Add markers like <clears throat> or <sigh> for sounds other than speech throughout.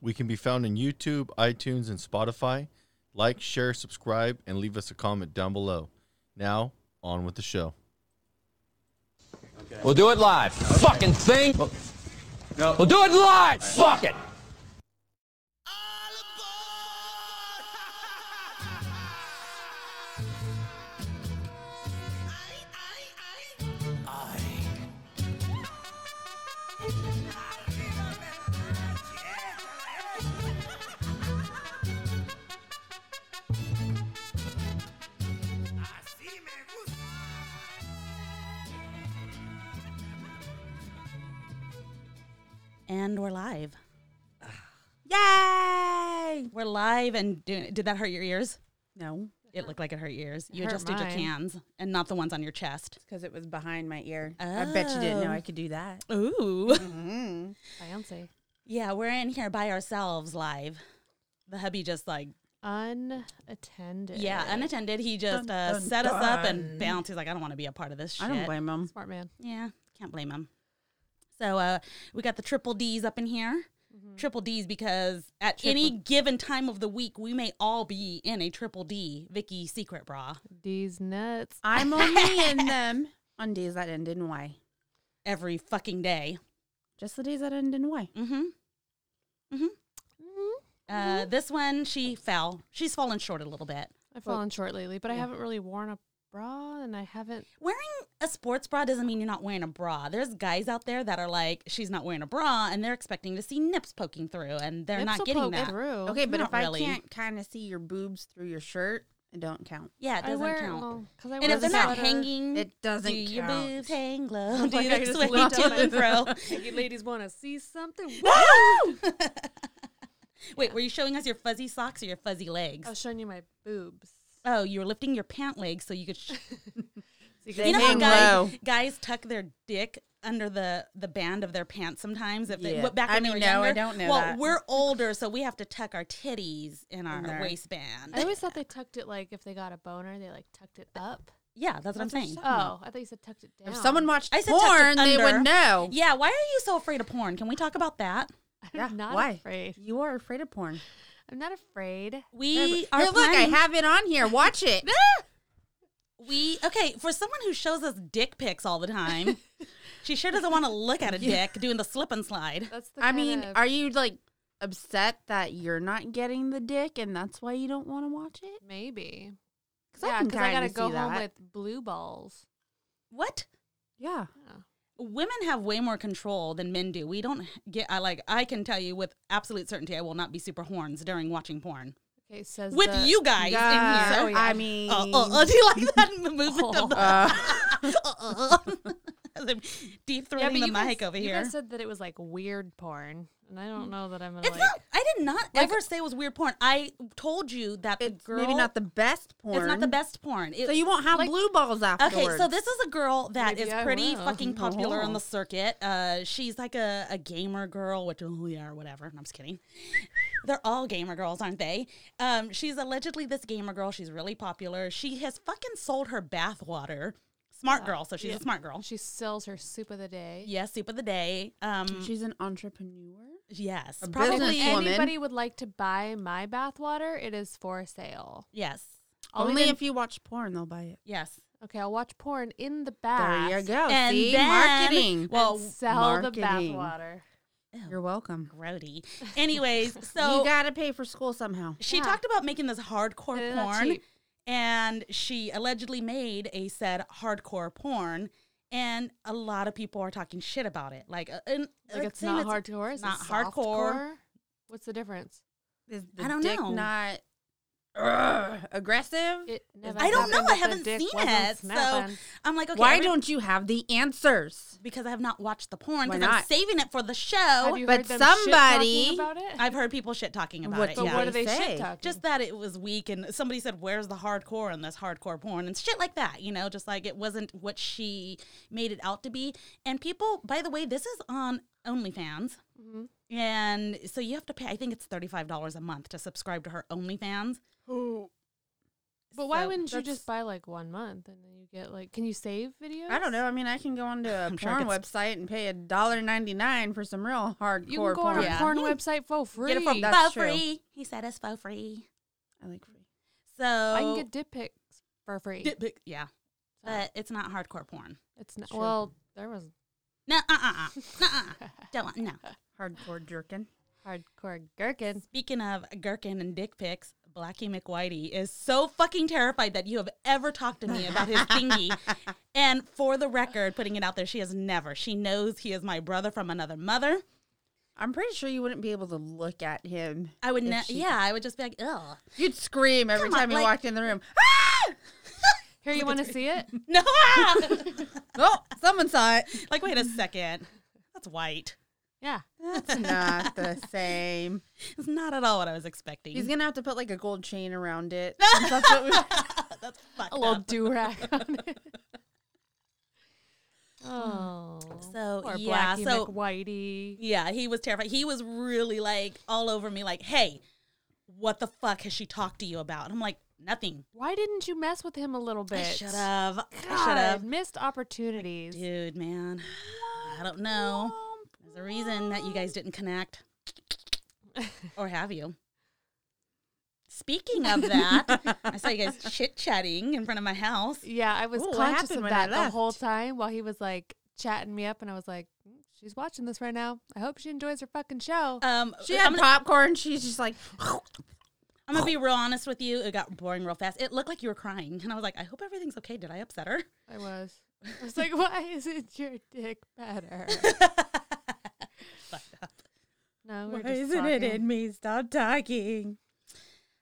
We can be found on YouTube, iTunes, and Spotify. Like, share, subscribe, and leave us a comment down below. Now, on with the show. We'll do it live. Fucking thing. No. We'll do it live. Fuck it. Así Assim me gusta. And we're <sighs> live. Yay! We're live and doing. Did that hurt your ears? No, it looked like it hurt your ears. You hurt adjusted your mine. cans and not the ones on your chest. because it was behind my ear. I bet you didn't know I could do that. Ooh. <laughs> <laughs> Fancy. Yeah, we're in here by ourselves live. The hubby just like unattended. yeah, unattended. He just Dun, uh, dun, set us up and dun. bounced. He's like, I don't want to be a part of this shit. I don't blame him. Smart man. Yeah, can't blame him. So uh, we got the triple D's up in here. Mm-hmm. Triple D's because at any given time of the week, we may all be in a triple D Vicky secret bra These nuts. I'm only in them on days that end in Y. every fucking day. Just the days that end in Y. Mm-hmm. Mm-hmm. Uh, Mm-hmm. this one, she fell. She's fallen short a little bit. I've fallen short lately, but I haven't really worn a bra, and I haven't. Wearing a sports bra doesn't mean you're not wearing a bra. There's guys out there that are like, she's not wearing a bra, and they're expecting to see nips poking through, and they're Nips not will getting poke that. Through. Okay, but Not if I really. can't kind of see your boobs through your shirt, it don't count. Yeah, it I doesn't wear count. well, 'cause I And wear if they're doesn't not sweater. hanging, It doesn't do your count. boobs hang low? <laughs> Do Like, I they just sway looked to at and fro? myself. <laughs> you ladies want to <laughs> see something? <laughs> Wait, were you showing us your fuzzy socks or your fuzzy legs? I Oh, was showing you my boobs. Oh, you were lifting your pant legs so you could. Sh- So you They you know how hang guys, low. guys tuck their dick under the the band of their pants sometimes. If they Yeah. what, back when I they mean, were no, I younger. don't know Well, that. we're <laughs> older, so we have to tuck our titties in our there. waistband. I always thought they tucked it like if they got a boner, they like tucked it up. yeah, that's what I'm That's what saying. you're talking about. Oh, I thought you said tucked it down. If someone watched I said tucked it porn, they under. would know. Yeah, why are you so afraid of porn? Can we talk about that? <laughs> I'm Yeah, not why? afraid. You are afraid of porn. I'm not afraid. We are Here, look, I planning- have it on here. Watch it. We okay for someone who shows us dick pics all the <laughs> time. she sure doesn't want to look at a dick doing the slip and slide. That's the. I kind mean, of- are you like upset that you're not getting the dick and that's why you don't want to watch it? maybe. 'Cause I Yeah, can because I kinda gotta see go home that. with blue balls. What? Yeah. Women have way more control than men do. We don't get. I like. I can tell you with absolute certainty, I will not be super horns during watching porn Okay, says with the- you guys Yeah, in here. So, yeah. I mean, Uh, uh, uh, <laughs> do you like that movement of the uh, <laughs> uh, uh, uh. deep throating the you mic guys, over you here? guys said that it was like weird porn, and I don't know that I'm gonna it's like. not. I did not ever say it was weird porn. I told you that the it's girl. maybe not the best porn. It's not the best porn. It, So you won't have Like- blue balls afterwards. Okay, so this is a girl that is Maybe I pretty will. fucking popular on Oh. the <laughs> circuit. Uh, she's like a, a gamer girl, which oh yeah, or whatever. I'm just kidding. They're all gamer girls, aren't they? Um, she's allegedly this gamer girl. She's really popular. She has fucking sold her bathwater. Smart girl, so she's a smart girl. She sells her soup of the day. Yes, soup of the day. Um, she's an entrepreneur. yes, a probably. If Businesswoman. anybody would like to buy my bathwater, it is for sale. Yes, I'll Only even- if you watch porn, they'll buy it. yes. okay, I'll watch porn in the bath. There you go. And See, then- marketing. and Well, sell the marketing. bathwater. You're welcome. grody. <laughs> Anyways, so you gotta pay for school somehow. She Yeah. talked about making this hardcore And they're not porn, cheap. and she allegedly made a said hardcore porn, and a lot of people are talking shit about it. Like, uh, and, Like it's saying not hardcore. It's not not hardcore. hardcore. What's the difference? Is the I don't dick know. Not Ugh, aggressive. It never I don't know. happened I if the haven't dick seen wasn't it, snapping. so I'm like, okay, Why every- don't you have the <gasps> answers? Because I have not watched the porn. Why Because I'm not? saving it for the Have show. you but heard them shit-talking somebody- about it? I've heard people shit talking about What it. the but Yeah. what they are they say. shit talking? Just that it was weak, and somebody said, "Where's the hardcore in this hardcore porn?" and shit like that. You know, just like it wasn't what she made it out to be. And people, by the way, this is on OnlyFans, Mm-hmm. and so you have to pay. I think it's thirty five dollars a month to subscribe to her OnlyFans. But why So wouldn't you that's- just buy like one month and then you get like? Can you save videos? I don't know. I mean, I can go onto a <laughs> I'm porn sure I could website and pay a dollar ninety nine for some real hardcore You can go porn. on a Yeah. porn website for free. <laughs> Get it from faux that's true. free. He said it's faux free. I like free. So I can get dick pics for free. Dip pic- yeah, So, but it's not hardcore porn. it's not. Sure. Well, there was No, uh, uh, uh, <laughs> no, uh, don't want no. Hardcore jerkin. hardcore gherkin. Speaking of gherkin and dick pics, Blackie McWhitey is so fucking terrified that you have ever talked to me about his <laughs> thingy. and for the record, putting it out there, she has never. She knows he is my brother from another mother. I'm pretty sure you wouldn't be able to look at him. I would, if ne- she- yeah, I would just be like, ugh. <laughs> You'd scream every Come on, time you like- walked in the room. <laughs> <laughs> Here, you want to see it? No, ah! oh, someone saw it. like wait a second, that's white. <laughs> Yeah. That's not the same. It's not at all what I was expecting. He's gonna have to put like a gold chain around it. <laughs> That's what we- that's fucked A little up. do rag on it. <laughs> <laughs> Oh. So, poor yeah, Blackie so- McWhitey. Yeah, he was terrified. He was really like all over me, like, hey, what the fuck has she talked to you about? And I'm like, nothing. Why didn't you mess with him a little bit? I should have. I should God, have. missed opportunities. Um, Dude, man. I don't know. There's a reason that you guys didn't <laughs> connect. or have you? Speaking of that, I saw <laughs> you guys chit chatting in front of my house. Yeah, I was Ooh, what conscious happened of when I that the whole left? time while he was like chatting me up, and I was like, "Mm, "She's watching this right now. I hope she enjoys her fucking Uh, show." Um, She I'm had gonna- popcorn. She's just like, I'm gonna be real honest with you. It got boring real fast. It looked like you were crying, and I was like, I hope everything's okay. Did I upset her? I was. I <laughs> was like, "Why isn't your dick better?" No, we "Why we're just isn't talking. it in me? Stop talking."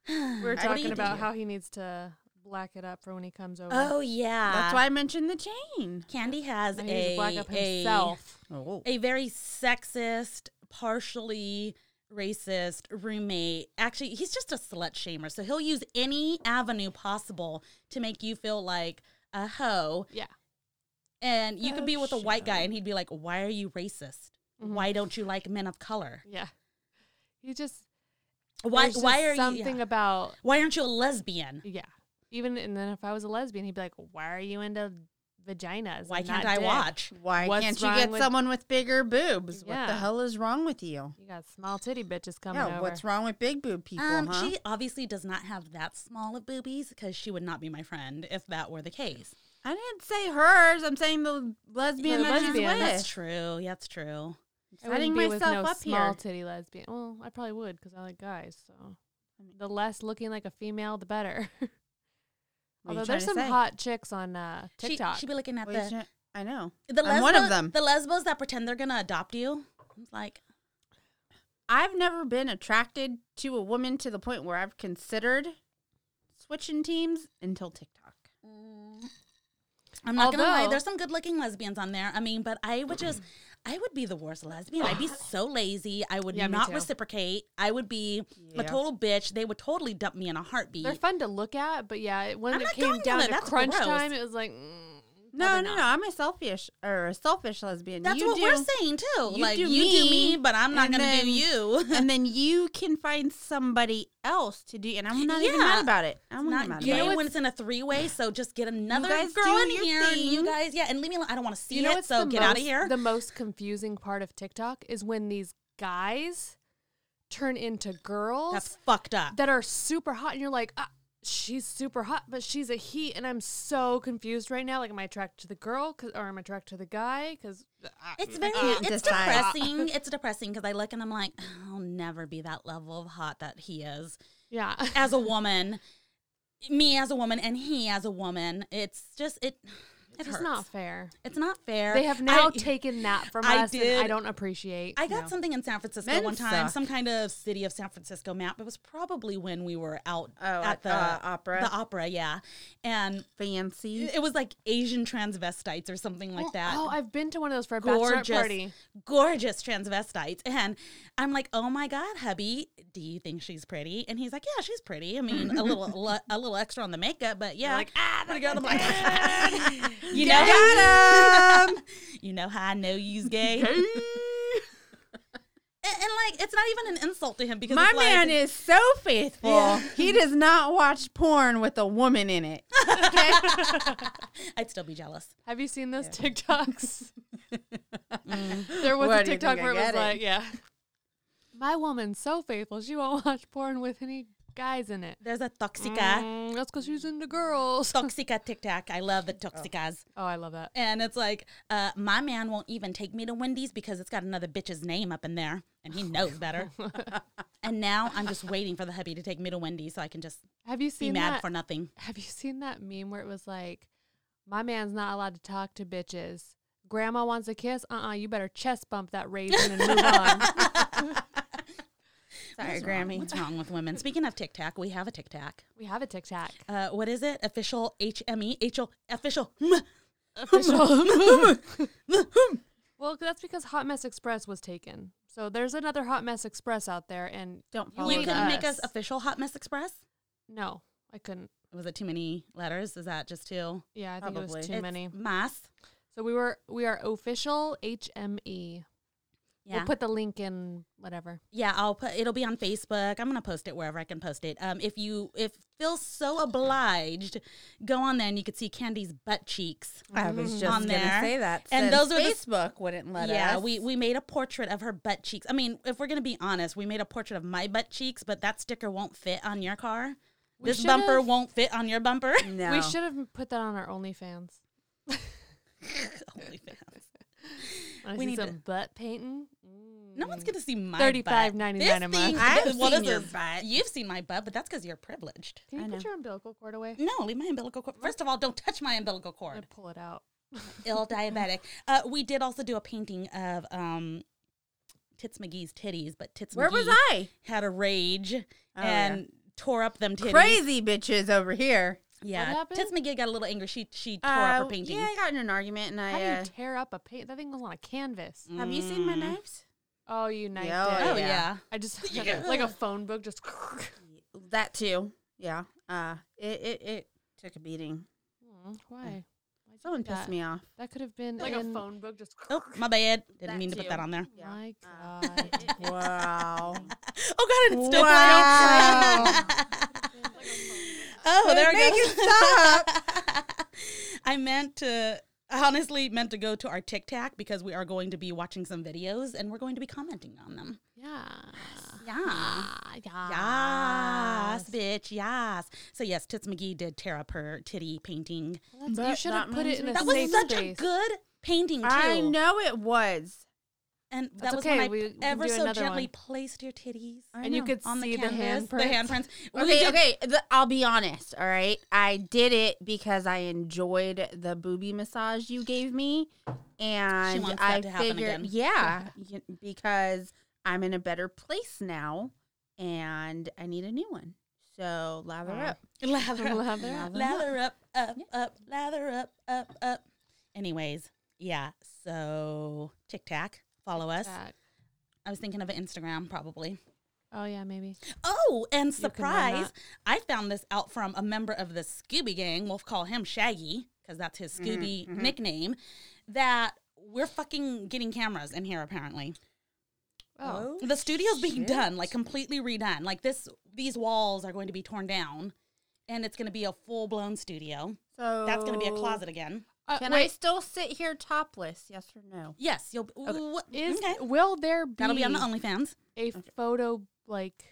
We were do you talking about do? how he needs to black it up for when he comes over. Oh yeah, That's why I mentioned the chain. Candy has Now he needs a, to black up a- himself. Oh, a very sexist, partially racist roommate. Actually, he's just a slut shamer. So he'll use any avenue possible to make you feel like a hoe. Yeah. And you could be with a white guy Oh. and he'd be like, Why are you racist? Mm-hmm. Why don't you like men of color? Yeah. He just Why there's why just are something you yeah. about why aren't you a lesbian? yeah. Even and then if I was a lesbian, he'd be like, "Why are you into vaginas? Why and can't not I dick?" watch? why What's can't you wrong get with- someone with bigger boobs? What the Yeah. hell is wrong with you? You got small titty bitches coming Yeah, over. what's wrong with big boob people? Um, huh? She obviously does not have that small of boobies because she would not be my friend if that were the case. I didn't say hers. I'm saying the lesbian The that she's lesbian, with. That's true. Yeah, That's true. I wouldn't Setting be with myself no up small here. titty lesbian. Well, I probably would because I like guys. So the less looking like a female, the better. <laughs> What are you Although trying there's to some say? hot chicks on uh, She- TikTok. She, would be looking at What are you the trying- I know. the I'm lesbos, one of them. the lesbos that pretend they're gonna adopt you. I'm like, I've never been attracted to a woman to the point where I've considered switching teams until TikTok. I'm not gonna lie. Although- There's some good looking lesbians on there. I mean, but I would just, I would be the worst lesbian. I'd be so lazy. I would Yeah, me not too. reciprocate. I would be Yeah. a total bitch. They would totally dump me in a heartbeat. They're fun to look at, but yeah, it- when I'm it not came going down there. to That's crunch gross. time, it was like, mm, No, probably not. no, no. I'm a selfish or a selfish lesbian. That's You what do- we're saying <laughs> too. like do you do me, me, but I'm not and gonna then- do you. and then you can find somebody else to do, and I'm not even Yeah. mad about it. I'm not, not mad gay about it. when it's in a three way. So just get another guys girl do in your here. And you thing. guys, yeah, and leave me alone. I don't want to see you know it. what's So the get most, out of here. The most confusing part of TikTok is when these guys turn into girls That's fucked up. that are super hot, and you're like, ah, she's super hot, but she's a he, and I'm so confused right now. Like, am I attracted to the girl, 'Cause- or am I attracted to the guy? Because it's very, can't it's decide. depressing. It's depressing because I look and I'm like, I'll never be that level of hot that he is yeah, <laughs> as a woman. Me as a woman and he as a woman. It's just it. It it's hurts. not <laughs> fair. It's not fair. They have now I- taken that from I us, and I did- don't appreciate. I got No. something in San Francisco Men one time, suck. some kind of city of San Francisco map. It was probably when we were out Oh, at, at, the uh, opera? The opera, yeah. And Fancy. it was like Asian transvestites or something like that. Oh, I've been to one of those for a bachelor gorgeous, party. gorgeous transvestites. And I'm like, oh my God, hubby, do you think she's pretty? And he's like, yeah, she's pretty. I mean, a little le- a little extra on the makeup, but yeah. Like, ah, pretty girl. I'm like, <laughs> you know, <laughs> how, you know how I know you's gay. <laughs> and, and like it's not even an insult to him because My it's like- man is so faithful. He does not watch porn with a woman <laughs> in it. I'd still be jealous. Have you seen those <laughs> TikToks? Mm. there was Where a do you TikTok think I where it was get it? like, yeah. My woman's so faithful, she won't <laughs> watch porn with any guys in it. There's a toxica, Mm, that's because she's into girls. <laughs> Oh, toxica TikTok. I love the toxicas. I love that. And it's like, uh, my man won't even take me to Wendy's because it's got another bitch's name up in there, and he knows <laughs> better. and now I'm just waiting for the hubby to take me to Wendy's so I can just Have you be seen mad that? for <laughs> nothing. Have you seen that meme where it was like, my man's not allowed to talk to bitches. Grandma wants a kiss? Uh-uh, you better chest bump that raisin and move on. <laughs> Sorry, Grammy. What's wrong with women? Speaking of Tic Tac, we have a Tic Tac. We have a TikTok. Uh, what is it? Official HME, HO, official. <laughs> Well, that's because Hot Mess Express was taken. So there's another Hot Mess Express out there, and Don't follow You need couldn't make us us. official Hot Mess Express? no, I couldn't. Was it too many letters? Is that just too? Yeah, I think it Probably. was too It's many. Mass. So we were we are official HME. Yeah. We'll put the link in whatever. Yeah, I'll put it'll be on Facebook. I'm gonna post it wherever I can post it. Um, if you if feel so obliged, go on there and you could see Candy's butt cheeks. I was just Mm-hmm. On gonna there. say that. And since those are the- Facebook wouldn't let us. yeah, we we made a portrait of her butt cheeks. I mean, if we're gonna be honest, we made a portrait of my butt cheeks, but that sticker won't fit on your car. We this should bumper have- won't fit on your <laughs> bumper. <laughs> no. We should have put that on our OnlyFans. Holy fans. Wanna We see need some to- butt painting. No Mm. one's gonna see my $35.99 butt. a This month. thing- I've th- seen this your is- butt. You've seen my butt, but that's because you're privileged. Can you I put know. your umbilical cord away? No, leave my umbilical cord. First of all, don't touch my umbilical I'm cord. gonna pull it out. <laughs> ill diabetic. Uh, we did also do a painting of um, Tits McGee's titties, but Tits Where McGee was I? Oh, had a rage and tore up them titties. Crazy bitches over here. Yeah, What happened? Tits McGee got a little angry. She she tore up her Uh, painting. Yeah, I got in an argument and I. How do uh, Mm. you tear up a paint? That thing was on a canvas. have you seen my knives? Oh, you knifed Yeah, it. Mm. Oh yeah. yeah. I just <laughs> like a phone book. Just That too. Yeah. Uh, it, it, it took a beating. why? Someone that? pissed me off. That could have been like a phone book. Just <laughs> Oh my bad. Didn't That mean to put that too. on there. Yeah. my Uh, god. <laughs> wow. Oh god, it's still wow. <laughs> Oh, there Make it it goes. stop. <laughs> I meant to. I honestly meant to go to our Tic Tac because we are going to be watching some videos and we're going to be commenting on them. <laughs> yeah. Yeah. Yes, bitch. Yes. So yes, Tits McGee did tear up her titty painting. Well, that's- you But should that have put it reminds in me- a That safe was such space. a good painting too. I know it was. and that That's was okay, we when I can ever do so another gently one. placed your titties And you could on see the canvas, the handprints. handprints. We Okay, did- okay. th- I'll be honest. All right, I did it because I enjoyed the booby massage you gave me, and wants that I to happen figured, again. yeah, y- because I'm in a better place now, and I need a new one. So Oh, lather up. <laughs> Lather up, Lather lather, up. up, up, up, lather up, up, up. Anyways, yeah. So Tic Tac, follow us. Back. I was thinking of an Instagram probably. Oh yeah, maybe. Oh, and You can run surprise, that. I found this out from a member of the Scooby Gang. We'll call him Shaggy because that's Mm, his Scooby mm-hmm. nickname. That we're fucking getting cameras in here, apparently. Oh, The studio's being done, like completely redone. Like this, these walls are going to be torn down, and it's going to be a full blown studio. So That's going to be a closet again. Uh, Can I wait, still sit here topless? Yes or no? Yes, you'll. Ooh, Is okay. will there be That'll be on the OnlyFans. a photo like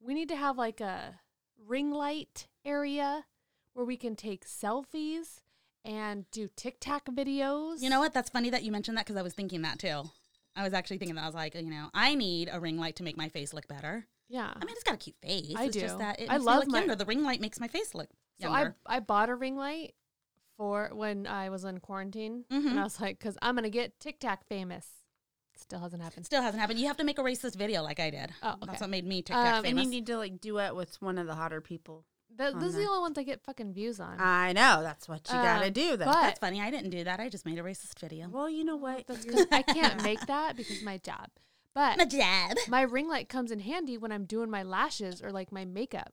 we need to have like a ring light area where we can take selfies and do Tic Tac videos. You know what? That's funny that you mentioned that because I was thinking that too. I was actually thinking that I was like, you know, I need a ring light to make my face look better. Yeah. I mean, it's got a cute face. I it's just do. that it I makes me love look my- younger. The ring light makes my face look So younger. I I bought a ring light for when I was in quarantine, Mm-hmm. and I was like, because I'm gonna get Tic Tac famous. Still hasn't happened. Still hasn't happened. You have to make a racist video like I did. Oh, okay. That's what made me TikTok Um, famous. And you need to like duet with one of the hotter people. Th- Oh, those are the only ones I get fucking views on. Uh, I know that's what you gotta Um, do. Though. but- That's funny. I didn't do that. I just made a racist video. well, you know what? That's <laughs> 'cause <laughs> I can't make that because my job. But My dad. my ring light comes in handy when I'm doing my lashes or like my makeup.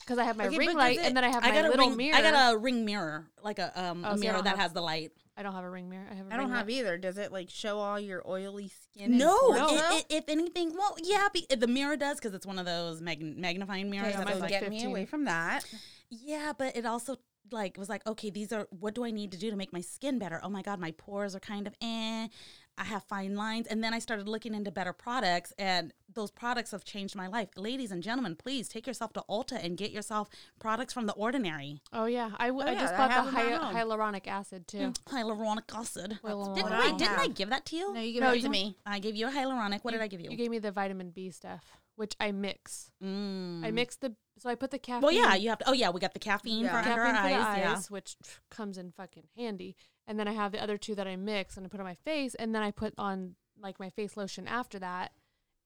because I have <laughs> my Okay, ring but light does it- and then I have I my got a little ring, mirror. I got a ring mirror, like a um Oh, a see, I mirror don't that have- has the light. I don't have a ring mirror. I have. A I ring don't light. have either. Does it like show all your oily skin? and No, pores, No. though? i- i- if anything, well, yeah, be, the mirror does because it's one of those mag- magnifying mirrors. Yeah, that mine's was so like get me 15. away from that. Yeah, but it also like was like, okay, these are what do I need to do to make my skin better? Oh my god, my pores are kind of eh. I have fine lines, and then I started looking into better products, and those products have changed my life. Ladies and gentlemen, please take yourself to Ulta and get yourself products from the Ordinary. Oh yeah, I, w- Oh, I yeah, just I bought have the them at hy- home. hyaluronic acid too. Hyaluronic acid. Hyaluronic. Didn't, What I wait, didn't I have. give that to you? No, you give No, it you- to me. I gave you a hyaluronic. What did I give you? You gave me the vitamin B stuff, which I mix. mm. I mix the so I put the caffeine. Well, yeah, you have to. Oh, yeah, we got the caffeine Yeah. for under caffeine our for the eyes. Yeah. eyes, which pff, comes in fucking handy. And then I have the other two that I mix and I put on my face, and then I put on like my face lotion after that,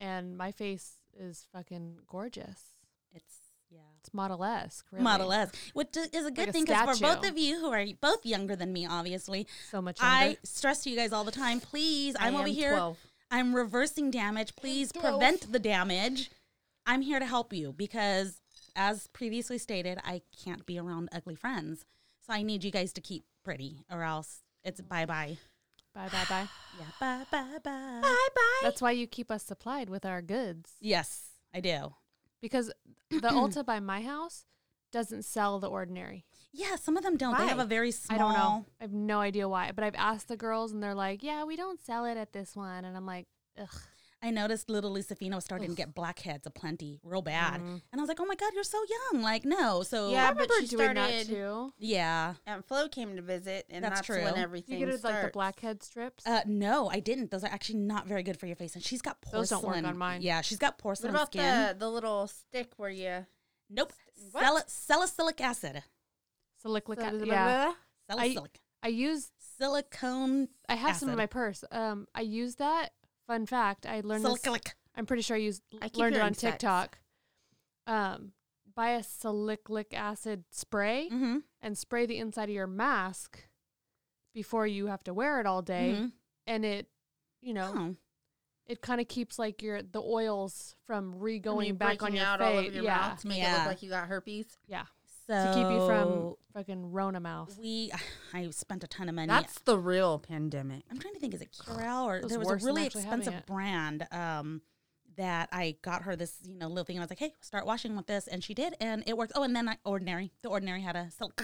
and my face is fucking gorgeous. It's yeah. It's model esque, really. Model S, which i- is a good a thing because for both statue. of you who are both younger than me, obviously, So much. I younger. stress to you guys all the time. Please, I'm I over am here. 12. I'm reversing damage. Please prevent the damage. I'm here to help you because, as previously stated, I can't be around ugly friends. So I need you guys to keep pretty, or else it's bye bye. <sighs> Bye bye <sighs> bye. Yeah, bye bye bye. Bye bye. That's why you keep us supplied with our goods Yes, I do. <clears throat> because the Ulta by my house doesn't sell the ordinary. Yeah, some of them don't. They have Why? a very small. I don't know. I have no idea why, but I've asked the girls and they're like, "Yeah, we don't sell it at this one," and I'm like, "Ugh." I noticed little Lucifino was starting to get blackheads aplenty, real bad, Mm-hmm. and I was like, "Oh my god, you're so young!" Like, no, so Yeah, I remember but she doing that started- too. yeah. And Flo came to visit, and That's that's, true. You when get everything You get it like the starts. blackhead strips. Uh, no, I didn't. Those are actually not very good for your face, and she's got porcelain. Those don't work on mine. Yeah, she's got What porcelain about skin. the the little stick where you? nope, What? Sali- salicylic acid, Silica. Blah, blah, yeah, blah, blah. salicylic, I use. silicone, I have some in Acid. my purse. Um, I use that. Fun fact: I learned. This, salicylic. I'm pretty sure I used I keep learned it hearing on sex. TikTok. Um, buy a salicylic acid Mm. spray Mm-hmm. and spray the inside of your mask before you have to wear it all day, Mm-hmm. Mhm. and it, you know, Oh. it kind of keeps like your the oils from re I mean, going back on breaking your out all face. over your yeah, mouth to make it Yeah. look like you got herpes. yeah, So to keep you from fucking Rona mouth. Oh. we, I spent a ton of money. That's the real pandemic. I'm trying to think, is it Curel or That's there was worse a than really actually having expensive it. brand um, that I got her this, you know, little thing. And I was like, hey, start washing with this. And she did. And it worked. Oh, and then I, Ordinary. The Ordinary had a. sil-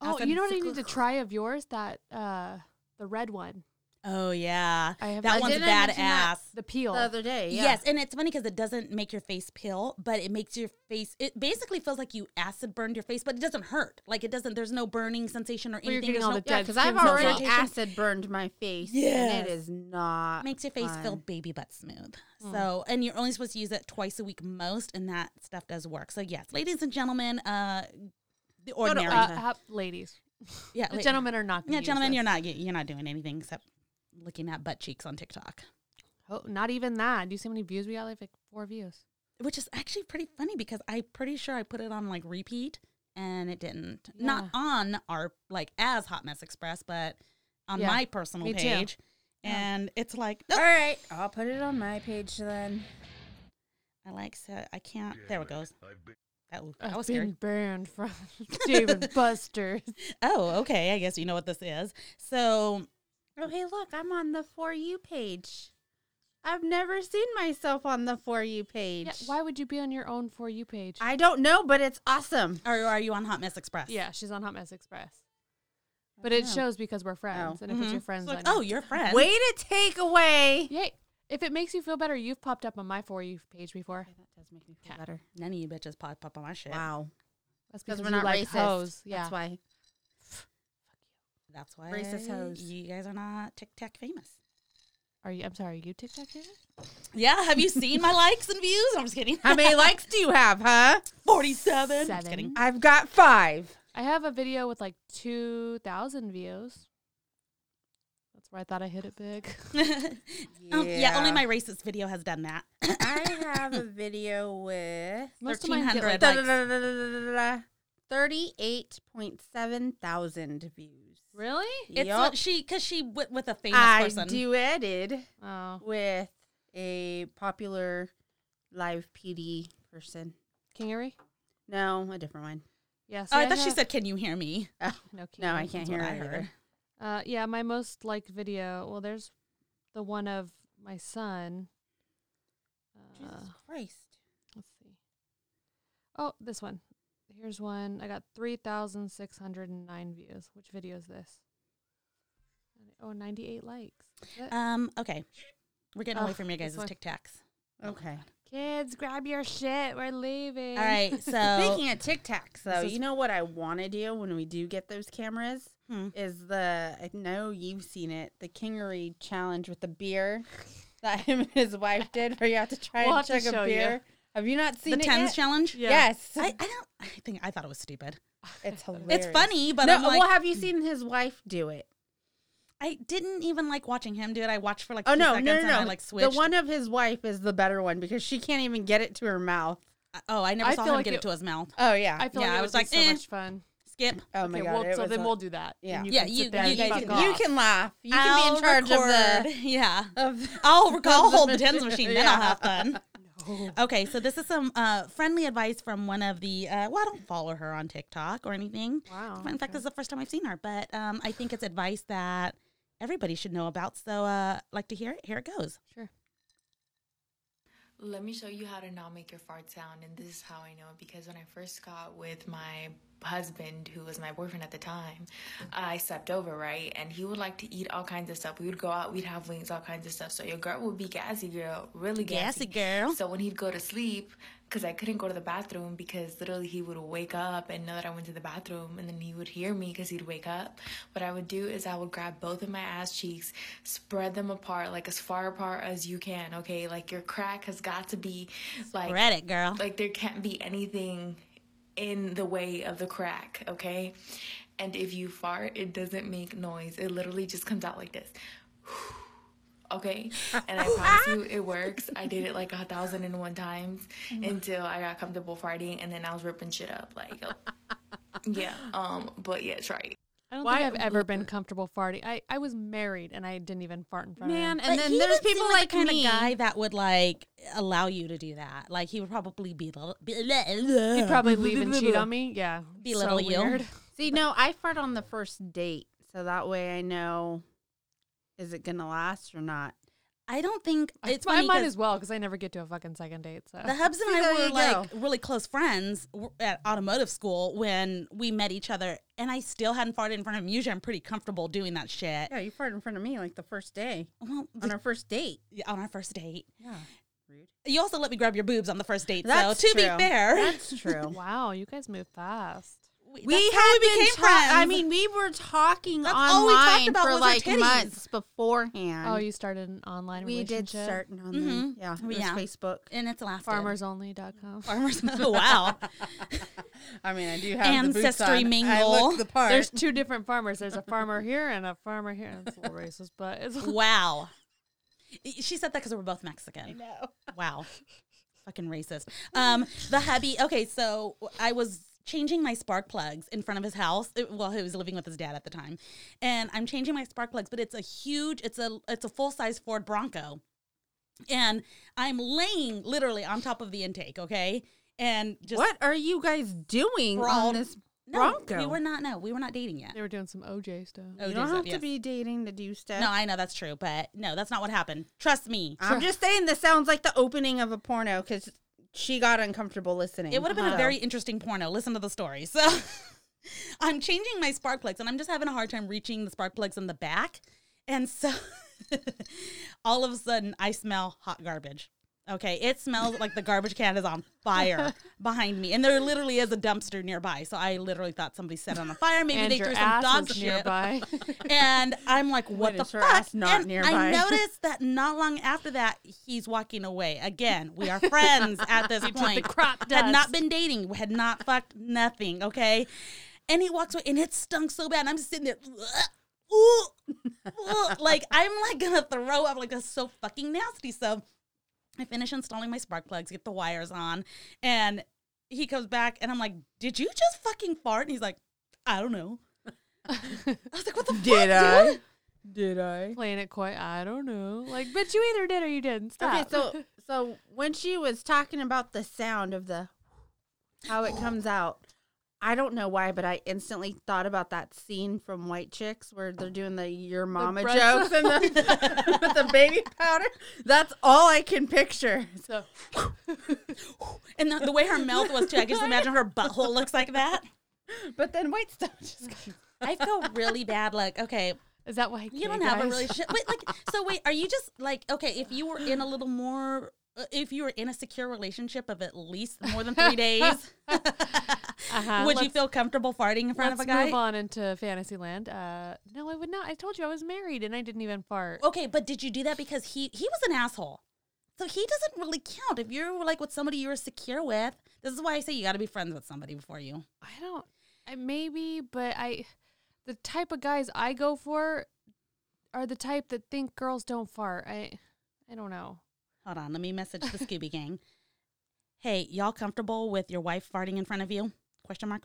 Oh, acid. you know what I need to try of yours? That uh, the red one, Oh, yeah. I have- that I one's didn't mention that. badass. the peel. The other day, yeah. Yes, and it's funny because it doesn't make your face peel, but it makes your face. It basically feels like you acid burned your face, but it doesn't hurt. Like it doesn't. There's no burning sensation or you're anything. getting There's all no- the yeah, dead because I've skin cells already out. acid burned my face, Yeah, Yes. and it is not makes your face feel fun. baby butt smooth. Hmm. So, and you're only supposed to use it twice a week most, and that stuff does work. So, yes, ladies and gentlemen, uh, the ordinary, uh, hap- ladies. yeah, The la- gentlemen are not. gonna yeah, use gentlemen, this. you're not you're not doing anything except looking at butt cheeks on TikTok, Oh, not even that. Do you see how many views we got? Like, like four views. which is actually pretty funny because I'm pretty sure I put it on like repeat and it didn't. Not Yeah. on our like as Hot Mess Express, but on Yeah, my personal me too. page, and it's like All right, I'll put it on my page then. I like so I can't. There it goes. That, that was I've scary. been banned <laughs> <laughs> from Dave and Buster's. Oh, okay. I guess you know what this is. So, Oh, hey, look, I'm on the For You page. I've never seen myself on the For You page. Yeah, why would you be on your own for you page? I don't know, but it's awesome. are, are you on Hot Mess Express? yeah, she's on Hot Mess Express. But it shows because we're friends, and if Mm-hmm. it's your friends, It's like, I know. oh, you're friends. Way to take away. Yay. If it makes you feel better, you've popped up on my For You page before. That does make me feel better. None of you bitches pop up on my shit. Wow. That's Because because we're you not like racist. hoes. Yeah. That's why. That's why Racist hoes. you guys are not TikTok famous. Are you? I'm sorry. Are you TikTok famous? Yeah, have you seen <laughs> my likes and views? I'm just kidding. <laughs> <laughs> How many likes do you have, huh? 47. I'm just Seven. kidding. I've got five. I have a video with like two thousand views. That's where I thought I hit it big. <laughs> Um, yeah, only my racist video has done that. <coughs> I have a video <laughs> with Most of mine get 1300 like likes. 38.7 thousand views. really? It's Yup. what she, because she went with a famous I person. duetted Oh, with a popular live PD person. Kingery. No, a different one. Yes. Oh, I thought she said, "Can you hear me?" No, No, <laughs> I Keanu. can't That's hear what I it either. heard. Uh, yeah, my most liked video. Well, there's the one of my son. Uh, Jesus Christ. let's see. Oh, this one. Here's one. I got three thousand six hundred and nine views. Which video is this? Oh, 98 likes. Is it? Um. Okay, we're getting away Ugh, from your this guys' one. Tic Tacs. Okay. Kids, grab your shit. We're leaving. All <laughs> <laughs> right. So Speaking of Tic Tacs, though, This is- you know what I want to do when we do get those cameras Hmm. is the I know you've seen it, the Kingery challenge with the beer that him and his wife did, where you have to try We'll and have to chug a show you. beer. Have you not seen the it Thames yet? challenge. Yes, I, I don't. I think I thought it was stupid. it's hilarious. <laughs> It's funny, but no, I'm like, well, have you seen his wife do it? I didn't even like watching him do it. I watched for like Oh two no, seconds no, no, and no! I like switched. The one of his wife is the better one because she can't even get it to her mouth. Oh, I never I saw feel him like get it- it to his mouth. Oh yeah, I feel Yeah, like I it was was be like, so eh. much fun. Skip. oh my Okay, god! well, it so was then a- we'll do that. Yeah. and Yeah, can you- sit there you and guys fuck can- off. You can laugh. You I'll can be in charge record. <laughs> Yeah. of the. Of, <laughs> I'll rec- I'll the hold the tens machine, then I'll Yeah. have <laughs> fun. Okay, so this is some uh, friendly advice from one of the. Uh, well, I don't follow her on TikTok or anything. Wow, In fact, this is the first time I've seen her, but um, I think it's advice that everybody should know about. So, uh, like to hear it. Here it goes. Sure. Let me show you how to not make your fart sound, and this is how I know because when I first got with my husband, who was my boyfriend at the time, I slept over, right? And he would like to eat all kinds of stuff. We would go out, we'd have wings, all kinds of stuff. So your girl would be gassy, girl, really Gassy gassy, girl. So when he'd go to sleep, because I couldn't go to the bathroom because literally he would wake up and know that I went to the bathroom, and then he would hear me because he'd wake up. What I would do is I would grab both of my ass cheeks, spread them apart like as far apart as you can. Okay, like your crack has got to be like Read it, girl. like there can't be anything in the way of the crack, okay? And if you fart, it doesn't make noise. It literally just comes out like this. <sighs> Okay? And I promise you it works. I did it like a thousand and one times until I got comfortable farting and then I was ripping shit up. Like oh. Yeah. Um, but yeah, try it. I don't Why- think I've ever been comfortable farting. I, I was married and I didn't even fart in front Man, of and But then he there's doesn't seem people like, like, the kind me. of guy that would like allow you to do that. Like he would probably be, the- be him. <laughs> He'd probably leave and cheat on me. Yeah, so belittle you. <laughs> weird. See, no, I fart on the first date, so that way I know is it gonna last or not. I don't think it's I funny might 'cause as well because I never get to a fucking second date. So the hubs and See, I there were you like really close friends w- at automotive school when we met each other, and I still hadn't farted in front of him. Usually, I'm pretty comfortable doing that shit. Yeah, you fart in front of me like the first day Well, on our first date. yeah, on our first date, Yeah, rude. you also let me grab your boobs on the first date. That's so to true. be fair, That's <laughs> <laughs> true. wow, you guys move fast. we, that's how we became ta- friends. I mean, we were talking That's all we talked online about for was our like titties. months beforehand. Oh, you started an online we did relationship. start on Mhm. the, yeah, it We- was yeah. Facebook. and it's lasted. Farmersonly.com. farmers. oh, <laughs> wow, I mean, I do have Ancestry mingle. <laughs> part. There's two different farmers. There's a farmer here and a farmer here. That's a little racist, but <laughs> it's wow. She said that because we're both Mexican. <laughs> Wow. Fucking racist. Um, the hubby. Okay, so I was changing my spark plugs in front of his house. It- well, he was living with his dad at the time, and I'm changing my spark plugs. But it's a huge. It's a it's a full size Ford Bronco, and I'm laying literally on top of the intake. Okay, and just what are you guys doing Brawl- on this no, Bronco? We were not. No, we were not dating yet. <laughs> they were doing some OJ stuff. Oh, you don't geez, have yes. to be dating to do stuff. No, I know that's true, but no, that's not what happened. Trust me. I'm just saying this sounds like the opening of a porno because she got uncomfortable listening. It would have been So- a very interesting porno. Listen to the story. So <laughs> I'm changing my spark plugs and I'm just having a hard time reaching the spark plugs in the back. And so <laughs> all of a sudden I smell hot garbage. Okay, it smells like the garbage can is on <laughs> fire behind me. And there literally is a dumpster nearby. So I literally thought somebody set it on fire. Maybe and they your threw some ass dog was shit <laughs> nearby. <laughs> and I'm like, what Wait, the is her fuck? ass not and I nearby? <laughs> noticed that not long after that, he's walking away. Again, we are <laughs> friends at this point. crop had not dust. been dating, had not fucked nothing. Okay, and he walks away, and it stunk so bad. And I'm just sitting there. <laughs> Ooh, ooh, like I'm like gonna throw up. Like that's so fucking nasty. So I finish installing my spark plugs, get the wires on, and he comes back, and I'm like, "Did you just fucking fart?" And he's like, "I don't <laughs> know." I was like, "What the Did fuck, dude?" I? Did I? Playing it quite, I don't know. Like, but you either did or you didn't. Stop. Okay, so so when she was talking about the sound of the how it comes out. I don't know why, but I instantly thought about that scene from White Chicks where they're doing the your mama breast- jokes and the, with the <laughs> baby powder. That's all I can picture. So And the, the way her mouth was too, I can just imagine <laughs> her butthole looks like that. But then white stuff just I feel really bad. Like, okay, is that why you don't have a relationship. But like, so wait, are you just like okay? If you were in a little more, uh, if you were in a secure relationship of at least more than three <laughs> days, uh <laughs> would you feel comfortable farting in front Let's of a guy? move on into Fantasyland. Uh, no, I would not. I told you I was married and I didn't even fart. Okay, but did you do that because he he was an asshole? So he doesn't really count. If you're like with somebody you're secure with, this is why I say you got to be friends with somebody before you. I don't. I, maybe, but I. The type of guys I go for are the type that think girls don't fart. I. I don't know. Hold on, let me message the Scooby Gang. Hey, y'all comfortable with your wife farting in front of you? Question mark.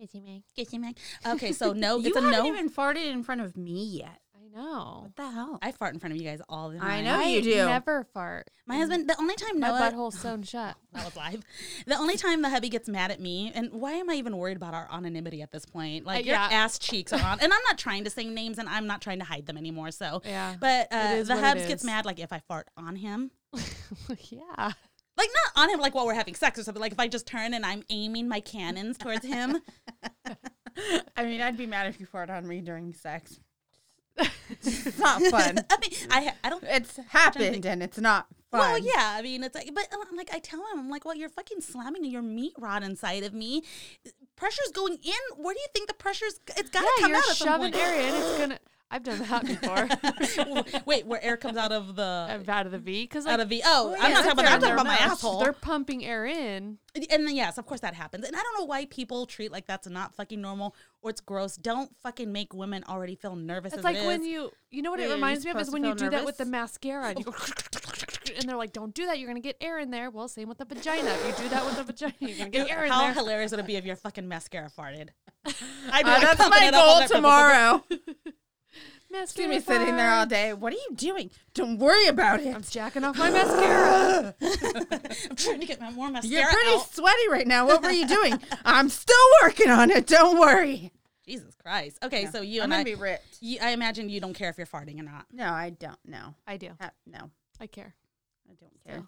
Kissy Meg. Okay, so <laughs> no, You it's a haven't no. even farted in front of me yet. I know. What the hell? I fart in front of you guys all the time. I know you I do. Never fart. My husband, the only time My Noah, butthole's <sighs> sewn shut. that was live. The only time the hubby gets mad at me, and why am I even worried about our anonymity at this point? Like Uh, your yeah. ass cheeks are on, and I'm not trying to say names, and I'm not trying to hide them anymore. So Yeah, but uh, is the what it hubs gets is. mad like if I fart on him, yeah. like not on him, like while we're having sex or something. Like if I just turn and I'm aiming my cannons towards <laughs> him. I mean, I'd be mad if you farted on me during sex. <laughs> it's not fun. I mean, I ha- I don't. It's happened and it's not fun. Well, yeah, I mean, it's like, but uh, I'm like, I tell him, I'm like, well, you're fucking slamming your meat rod inside of me. Pressure's going in. Where do you think the pressure's? It's got to Yeah, come you're out at some shoving point. air in. It's gonna. I've <laughs> done that before. <laughs> Wait, where air comes out of the I'm out <laughs> of the V because like, out of the? Oh, yeah, I'm not talking about. that. I'm that's talking their about my mouth. asshole. they're pumping air in. And then yes, of course that happens. And I don't know why people treat like that's not fucking normal or it's gross. Don't fucking make women already feel nervous. It's as like it when is. you, you know what Wait, it are you reminds me of is supposed to when you do feel that with the nervous? mascara, and, you <laughs> go and they're like, "Don't do that. You're gonna get air in there." Well, same with the vagina. If you do that with the vagina, you're gonna <laughs> get air in How there. hilarious would it be if your fucking mascara farted? I'd be Uh, like, that's pumping my it up on goal that purpose. tomorrow. Mascara You're gonna be sitting there all day. What are you doing? Don't worry about it. I'm jacking off my mascara. <laughs> <laughs> I'm trying to get my more mascara You're pretty out. sweaty right now. What were <laughs> you doing? I'm still working on it. Don't worry. Jesus Christ. Okay, so you I'm and I, gonna be ripped. you, I imagine you don't care if you're farting or not. No, I don't. No, I do. Ha- no, I care. I don't care.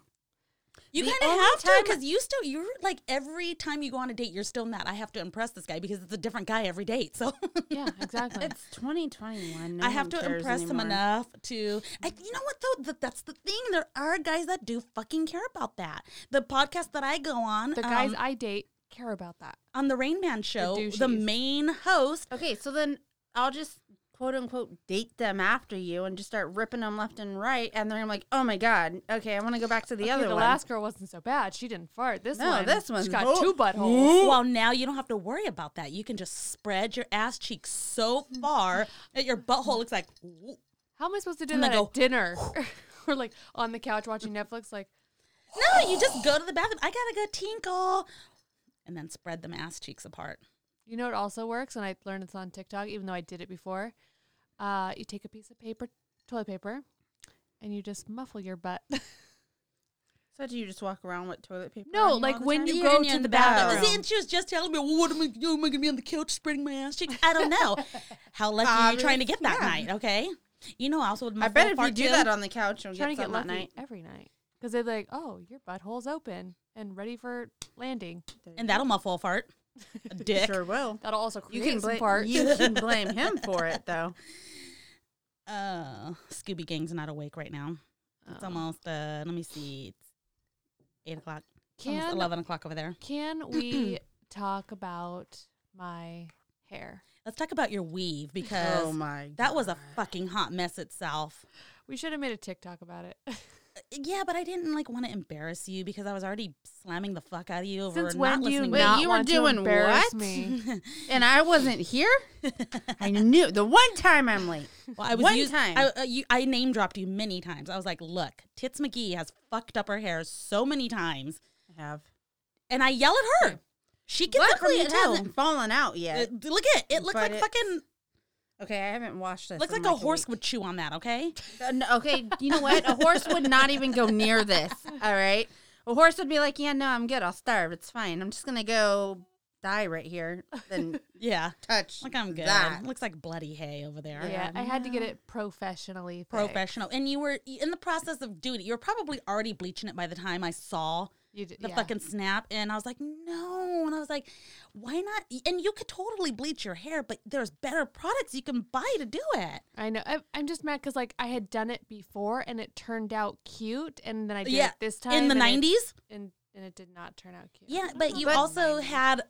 You The kind of only have to time- because you still you're like every time you go on a date, you're still in that. I have to impress this guy because it's a different guy every date. So <laughs> Yeah, exactly. It's 2021. No I have one to cares impress anymore. him enough to. I, you know what though? That, that's the thing. There are guys that do fucking care about that. The podcast that I go on, the guys um, I date care about that. on the Rain Man show, the, douchies. main host. Okay, so then I'll just quote unquote date them after you and just start ripping them left and right, and then I'm like, oh my god. Okay, I want to go back to the Okay, other the one. last girl wasn't so bad. She didn't fart. This No, one, this one's one's- got Oh. two buttholes. Well, now you don't have to worry about that. You can just spread your ass cheeks so far that your butthole looks like. "Ooh." How am I supposed to do And that then go, at dinner? <laughs> Or like on the couch watching Netflix, like No, you just go to the bathroom. I gotta go tinkle, and then spread them ass cheeks apart. You know, it also works, and I learned it's on TikTok, even though I did it before. Uh, you take a piece of paper, toilet paper, and you just muffle your <laughs> butt. <laughs> So do you just walk around with toilet paper? No, on all like the when time? you Yeah, go and to you're in the bathroom. See, and she was just telling me, well, what am I doing? Am I going to be on the couch spreading my ass cheeks? I don't <laughs> know. How lucky are you trying to get that Yeah. night, okay? You know, I also would I muffle bet a if you fart, do too. that uh, on the couch, you'll trying get to get lucky some that <laughs> night. every night because they're like, "Oh, your butthole's open and ready for landing." And that'll muffle a fart. <laughs> A dick. Sure will. That'll also You create can some blame farts. you can blame him for it though. Uh, Scooby Gang's not awake right now. Um, It's Oh. almost, uh, let me see, it's 8 o'clock. It's almost Can- 11 o'clock over there. <clears throat> Can we talk about my hair? Let's talk about your weave because Oh my. that was a fucking hot mess itself. We should have made a TikTok about it. <laughs> Yeah, but I didn't like want to embarrass you because I was already slamming the fuck out of you over Since not when do you listening Wait, to not you were want doing to embarrass what? me? and I wasn't here. I knew the one time I'm late. Well, I was One use- time. I, uh, you, I name dropped you many times. I was like, "Look, Tits McGee has fucked up her hair so many times," I have. and I yell at her. She gets Luckily, it it from me hasn't too. fallen out yet. It- look at it. It looks But like it's- fucking Okay, I haven't washed this. looks in like, a horse would chew <laughs> on that. Okay, Uh, no, okay, you know what? A horse would not even go near this. All right. A horse would be like, yeah, no, I'm good. I'll starve. It's fine. I'm just gonna go die right here. <laughs> Then Yeah. touch. Like I'm good. That. Looks like bloody hay over there. <laughs> Yeah, I had to get it professionally. thick. Professional. And you were in the process of doing it. You were probably already bleaching it by the time I saw You did, the yeah. fucking snap. And I was like, no. And I was like, why not? And you could totally bleach your hair, but there's better products you can buy to do it. I know. I, I'm just mad because like I had done it before and it turned out cute, and then I did yeah. it this time in the and it- 90s. and and it did not turn out cute. Yeah, but you also had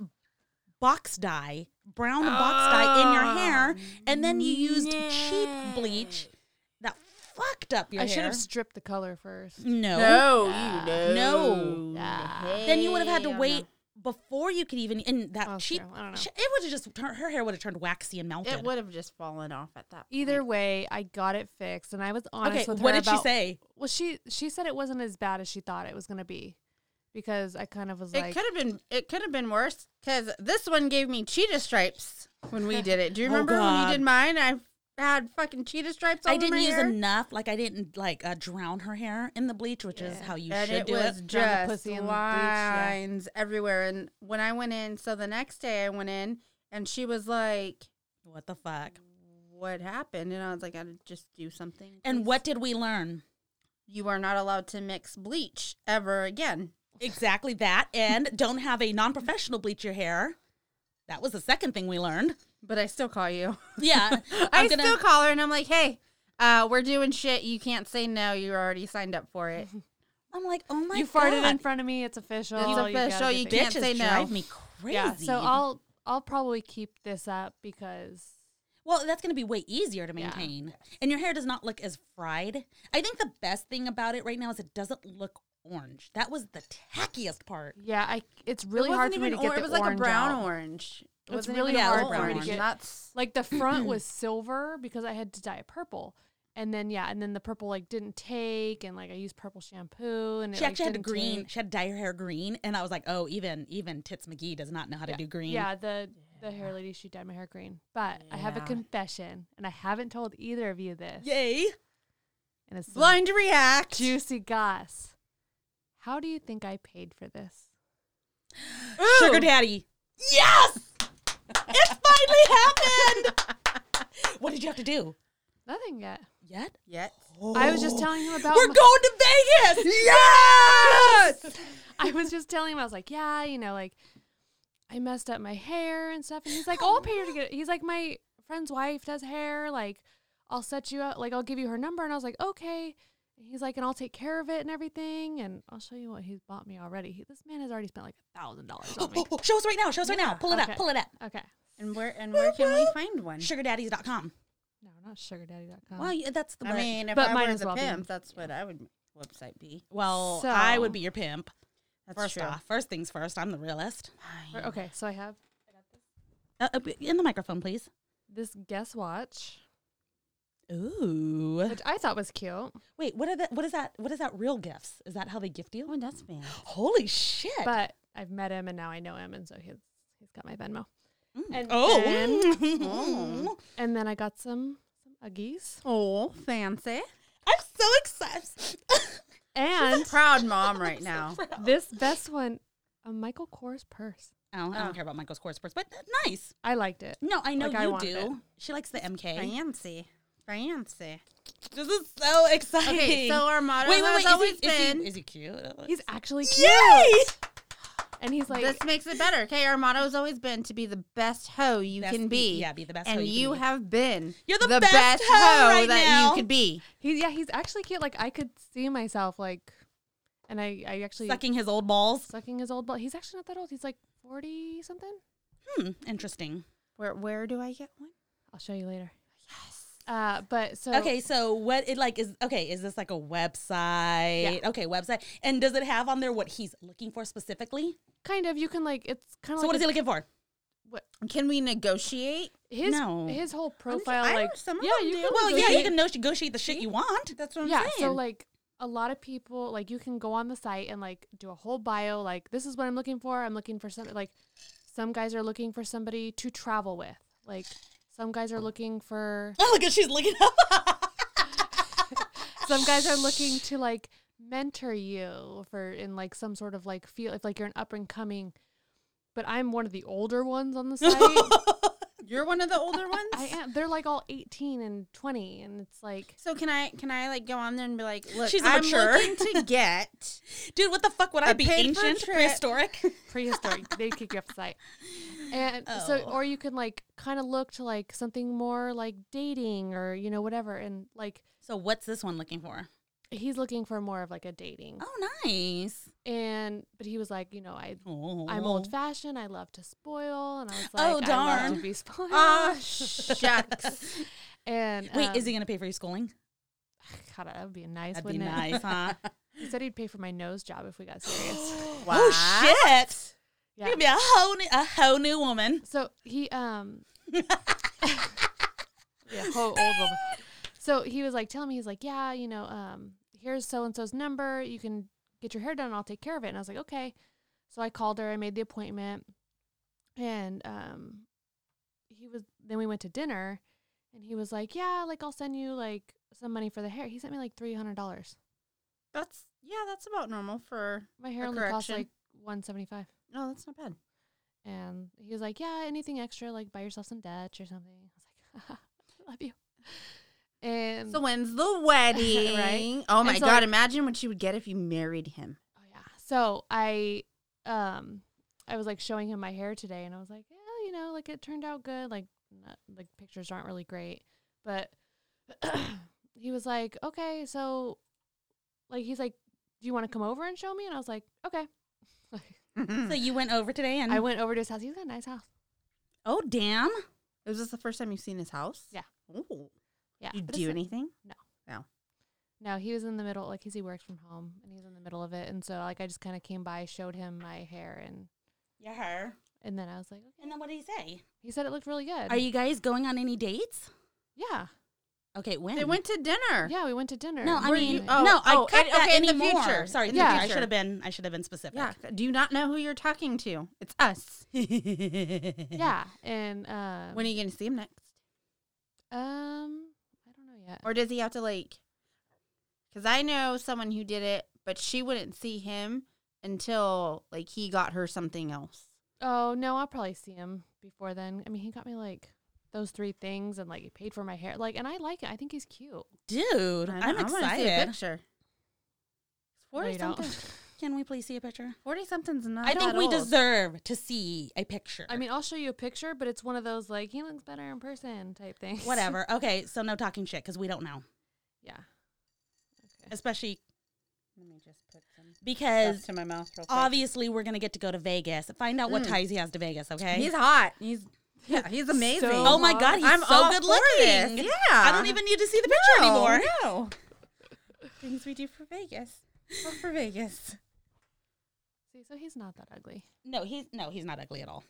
box dye, brown box dye in Oh, your hair, and then you used cheap bleach that fucked up your I should hair. have stripped the color first. no. No, Oh, you No. know. Then you would have had to Hey, I don't wait before you could even and that That's cheap. true. I don't know. sh- It would have just her, her hair would have turned waxy and melted. It would have just fallen off at that. Point. Either way, I got it fixed, and I was honest Okay, with her. what did she about- say? Well, she she said it wasn't as bad as she thought it was gonna be, because I kind of was It like, could have been. It could have been worse because this one gave me cheetah stripes when we did <laughs> it. Do you remember when you Oh, God. did mine? I had fucking cheetah stripes. All I over didn't my use hair? enough. Like I didn't like uh, drown her hair in the bleach, which is how you and should it do was it. Drown the just pussy in the bleach, yeah. lines everywhere. And when I went in, so the next day I went in, and she was like, What the fuck? Mm, "What happened?" And I was like, "I would just do something." And please." what did we <laughs> learn? You are not allowed to mix bleach ever again. Exactly that. And don't have a non professional bleach your hair. That was the second thing we learned. <laughs> But I still call you. <laughs> <laughs> Yeah. i still call her, and I'm like, "Hey, uh, we're doing shit. You can't say no. You already signed up for <laughs> it." I'm like, oh my "You God. farted in front of me. It's official. It's you gotta official, do you things." can't Bitches say no. drive me crazy. Yeah, so I'll I'll probably keep this up because Well, that's going to be way easier to Yeah. maintain. And your hair does not look as fried. I think the best thing about it right now is it doesn't look orange. That was the tackiest part. yeah, I it's really it wasn't hard for even me to get or- the It was like a orange brown out. orange. It It's wasn't really even a hard full for me to orange. get- That's Like the <clears throat> front was silver because I had to dye it purple. And then yeah, and then the purple like didn't take and like I used purple shampoo and it, She like, actually had a didn't green. take. She had to dye her hair green, and I was like, "Oh, even even Tits McGee does not know how to do green." Yeah, the the hair lady she dyed my hair green. But I have a Yeah. confession and I haven't told either of you this. Yay! And it's some blind to react. juicy goss. How do you think I paid for this? Sugar daddy. Yes! <laughs> It's finally happened! What did you have to do? Nothing yet. Yet? Yet. I was just telling him about We're my- going to <laughs> Vegas! Yes! I was just telling him, I was like, yeah, you know, like I messed up my hair and stuff. And he's like, oh, I'll pay her to get it. He's like, my friend's wife does hair. Like, I'll set you up. Like, I'll give you her number. And I was like, okay. And he's like, and I'll take care of it and everything. And I'll show you what he's bought me already. He, this man has already spent like a thousand dollars <laughs> on me. Oh, oh, show us right now. Show us right now. Pull it okay. up. Pull it up. Okay. And where and where can we find one? Sugardaddies.com. No, not sugardaddy.com. Well, yeah, that's the I web- mean, if But I might were as the well be. pimp, that's what I would website be. well, so- I would be your pimp. That's First true. off, first things first, I'm the realist. Or- okay. So I have Uh, uh, in the microphone, please. this guess watch, Ooh. which I thought was cute. Wait, what are that? What is that? What is that? Real gifts? Is that how they gift you? Oh, that's bad. Holy shit! But I've met him and now I know him. And so he's, he's got my Venmo. And oh, then- Oh. And then I got some some Uggies. Oh, <laughs> fancy. I'm so excited. And Proud mom <laughs> right now. this best one, a Michael Kors purse. Oh, I don't care about Michael's course first, but uh, nice. I liked it. No, I know Like, I you want do. it. She likes the MK. Fancy. Fancy. This is so exciting. Okay, so our motto wait, wait, has wait. Is he- always is he, been. is he cute? He's actually cute. Yay! And he's like, this makes it better. Okay, our motto has always been to be the best hoe you Best- can be. yeah, be the best And hoe you can be. have been. You're the best hoe right that now. you could be. he's yeah, he's actually cute. Like I could see myself like, and I I actually sucking his old balls. sucking his old butt. He's actually not that old. He's like forty something. Hmm, interesting. Where Where do I get one? I'll show you later. Yes. Uh, but so Okay, so what it like is okay, is this like a website? Okay, website. And does it have on there what he's looking for specifically? kind of you can like it's kind of So like what is a- he looking for? what Can we negotiate? his No. his whole profile I know like some of yeah them you do. can Well, Oh, yeah, negotiate- you can nego- negotiate the shit you want. <laughs> That's what I'm yeah, saying. so like a lot of people like you can go on the site and like do a whole bio like this is what I'm looking for. I'm looking for some like some guys are looking for somebody to travel with. Like some guys are looking for Oh, look at she's looking up. some guys are looking to like mentor you for in like some sort of like feel if like you're an up and coming but I'm one of the older ones on the <laughs> site. You're one of <laughs> the older ones. I am they're like all 18 and 20 and it's like So can I can I like go on there and be like, look, She's I'm immature. <laughs> looking to get Dude, what the fuck would I A be? paid for Ancient, <laughs> trip. prehistoric? prehistoric. they kick you off the site. And so, Oh. or you can like kind of look to like something more like dating or, you know, whatever. And like so what's this one looking for? he's looking for more of like a dating. Oh, nice. And, but he was like, you know, I, Oh. I'm old fashioned. I love to spoil. And I was like, Oh, I love darn. to be spoiled. Ah <laughs> shucks. and Wait, is he um, going to pay for your schooling? God, that would be nice, That'd be wouldn't nice, it? huh? <laughs> He said he'd pay for my nose job if we got serious. <gasps> Oh, shit. yeah. You're going to be a whole, new, a whole new woman. So he <laughs> um Yeah, whole old woman. So he was like telling me, he's like, Yeah, you know, um, here's so and so's number, you can get your hair done and I'll take care of it. And I was like, Okay. So I called her, I made the appointment and um he was then we went to dinner and he was like, Yeah, like I'll send you like some money for the hair. He sent me like three hundred dollars. That's yeah, that's about normal for. My hair A only cost correction. like one seventy five. No, that's not bad. And he was like, Yeah, anything extra, like buy yourself some Dutch or something. I was like, <laughs> I love you. And <laughs> So when's the wedding? Oh my And so, god! like- imagine what you would get if you married him. oh yeah. So I um I was like showing him my hair today and I was like, Yeah, you know, like it turned out good. Like not, like pictures aren't really great. But <clears throat> he was like, Okay, so like he's like, Do you want to come over and show me? And I was like, Okay. <laughs> So you went over today and. I went over to his house. He's got a nice house. oh, damn. Was this the first time you've seen his house? Yeah. Ooh. Yeah. You but it's do a- anything? No, he was in the middle. Like, 'cause he works from home, and he was in the middle of it. And so, like, I just kind of came by, showed him my hair, and Yeah, her. and then I was like, okay. And then what did he say? he said it looked really good. Are you guys going on any dates? Yeah, Okay, when? They went to dinner. yeah. We went to dinner. No, I Were mean, you- oh, no, I oh, cut and- that okay, in the anymore. future. Sorry, In yeah, the I future. should have been. I should have been specific. <laughs> Yeah. Do you not know who you're talking to? It's us. yeah. And um, When are you going to see him next? um, I don't know yet. Or does he have to like? Because I know someone who did it, but she wouldn't see him until like he got her something else. oh no, I'll probably see him before then. I mean, he got me like those three things, and like he paid for my hair. Like, and I like it. I think he's cute. Dude, I I'm know, I wanna See a excited. picture. No, Forty you don't. something. Can we please see a picture? Forty something's not. I think that we old. deserve to see a picture. <laughs> I mean, I'll show you a picture, but it's one of those like he looks better in person type <laughs> things. whatever. Okay, so no talking shit because we don't know, <laughs> yeah. Okay. especially Let me just put some because my mouth real obviously we're gonna get to go to Vegas. Find out what ties Mm. he has to Vegas. Okay. He's hot. He's yeah. He's amazing. So oh my god, he's I'm so all good for this. looking. Yeah. I don't even need to see the picture anymore. <laughs> No. Things we do for Vegas. All for Vegas. See, so he's not that ugly. No, he's no, he's not ugly at all.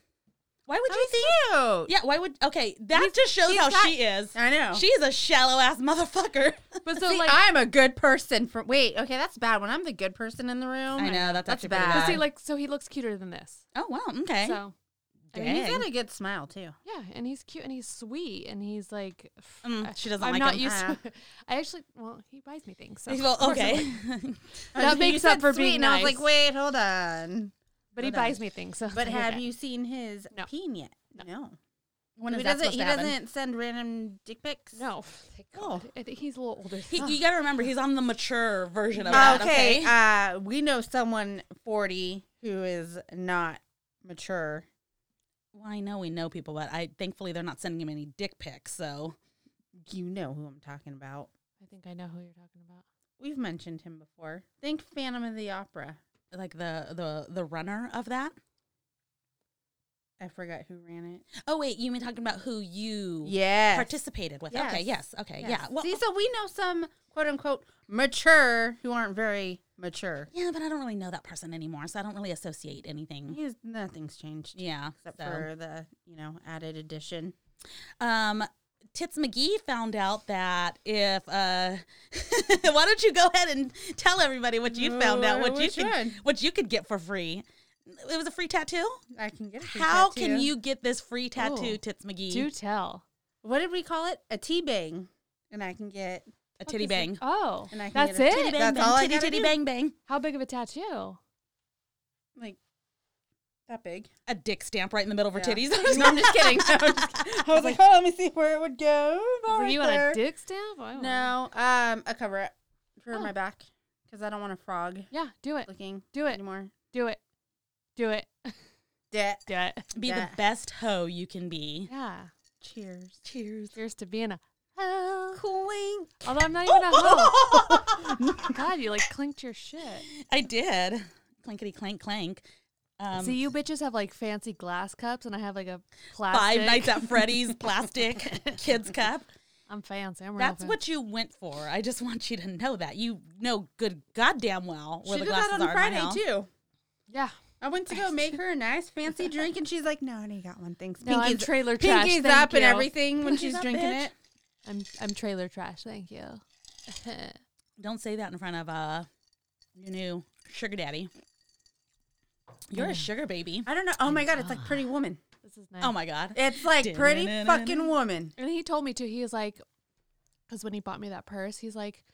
Why would How you think? cute. Yeah, why would? Okay, that just shows he's how got- she is. I know. She's a shallow ass motherfucker. <laughs> But so See, like I'm a good person for. Wait, okay, that's bad. When I'm the good person in the room, I know, that's that's actually pretty bad. But bad. see, like, so he looks cuter than this. Oh wow, okay. So I mean, And he's Dang. got a good smile too. yeah, and he's cute and he's sweet and he's like, Mm, she doesn't I'm like not him. used. Ah. To, <laughs> I actually, well, he buys me <laughs> things. So Well, of course I'm- okay. That You makes said up for sweet, being and I was like, nice. wait, hold on. but he Hold on. buys me things. So But it's have okay. you seen his No. peen yet? No. when he is that doesn't. supposed He to happen? doesn't send random dick pics. No, Oh, thank God. I think he's a little older. He, you got to remember, he's on the mature version of that. Okay. Ah, Okay. Uh, we know someone forty who is not mature. well, I know we know people, but I thankfully they're not sending him any dick pics. So You know who I'm talking about. I think I know who you're talking about. We've mentioned him before. Think Phantom of the Opera. like the the the runner of that. I forgot who ran it. Oh wait, you mean talking about who you Yes. participated with? Okay. Yes. Okay. Yes. Yeah. Well. oh. See, so we know some quote unquote mature who aren't very mature. oh, yeah, but I don't really know that person anymore, so I don't really associate anything. He's nothing's changed Mm-hmm. Yeah. except so. for the you know added addition. Um, Tits McGee found out that if uh, <laughs> why don't you go ahead and tell everybody what you found out, what you Which could, one? what you could get for free. It was a free tattoo. I can get. a free How can tattoo. Oh. you get this free tattoo, Ooh. Tits McGee? Do tell. What did we call it? A T bang, and I can get a titty bang. Oh, And I can that's get a Titty it. bang, That's bang, all I titty, gotta titty do. bang bang. How big of a tattoo? Like that big. A dick stamp right in the middle of her Yeah. titties. <laughs> No, I'm just kidding. No, I'm just kidding. I was like, oh, let me see where it would go. <laughs> Were About right you on there. a dick stamp? I don't know. No, um, a cover up for Oh. my back because I don't want a frog Yeah, do it. looking Do it. anymore. Do it. Do it. Yeah. Do it. be the Yeah. best hoe you can be. <laughs> Yeah. Cheers. Cheers. Here's to being a hoe. Clink. Although I'm not even a <laughs> hoe. God, you like clinked your shit. I did. Clinkety clank clank. Um, See, you bitches have like fancy glass cups, and I have like a plastic. five nights at Freddy's <laughs> plastic kids cup. I'm fancy. I'm real That's fancy. what you went for. I just want you to know that you know good goddamn well where She the did that glasses on are. in my Friday house. too. Yeah. I went <laughs> to go make her a nice fancy drink, and she's like, "No, I only got one thing. No, I'm trailer trash, Pinky's thank up and you." everything when she's Pinky's up, drinking bitch. it. I'm I'm trailer trash. Thank you. Don't say that in front of uh, your new sugar daddy. You're a sugar baby. I don't know. Oh my god, it's like Pretty Woman. This is nice. Oh my god. It's like Pretty fucking Woman. And he told me too. He was like, because when he bought me that purse, he's like,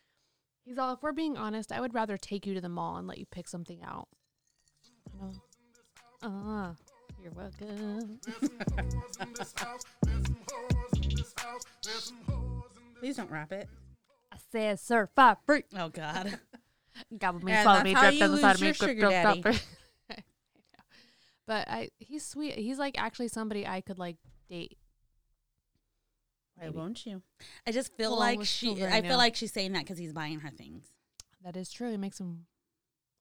he's all. If we're being honest, I would rather take you to the mall and let you pick something out. You know. Ah, you're welcome. Please don't wrap it. I said, "Sir, five fruit." <laughs> Oh god. <laughs> Gobble me, And swallow that's me, how drip you down the side of lose me, your grip, sugar grip, daddy. grip. I know. But I, he's sweet. He's like actually somebody I could like date. Why won't you? I just feel Well, like we're she. still very I feel now. like she's saying that because he's buying her things. That is true. It makes him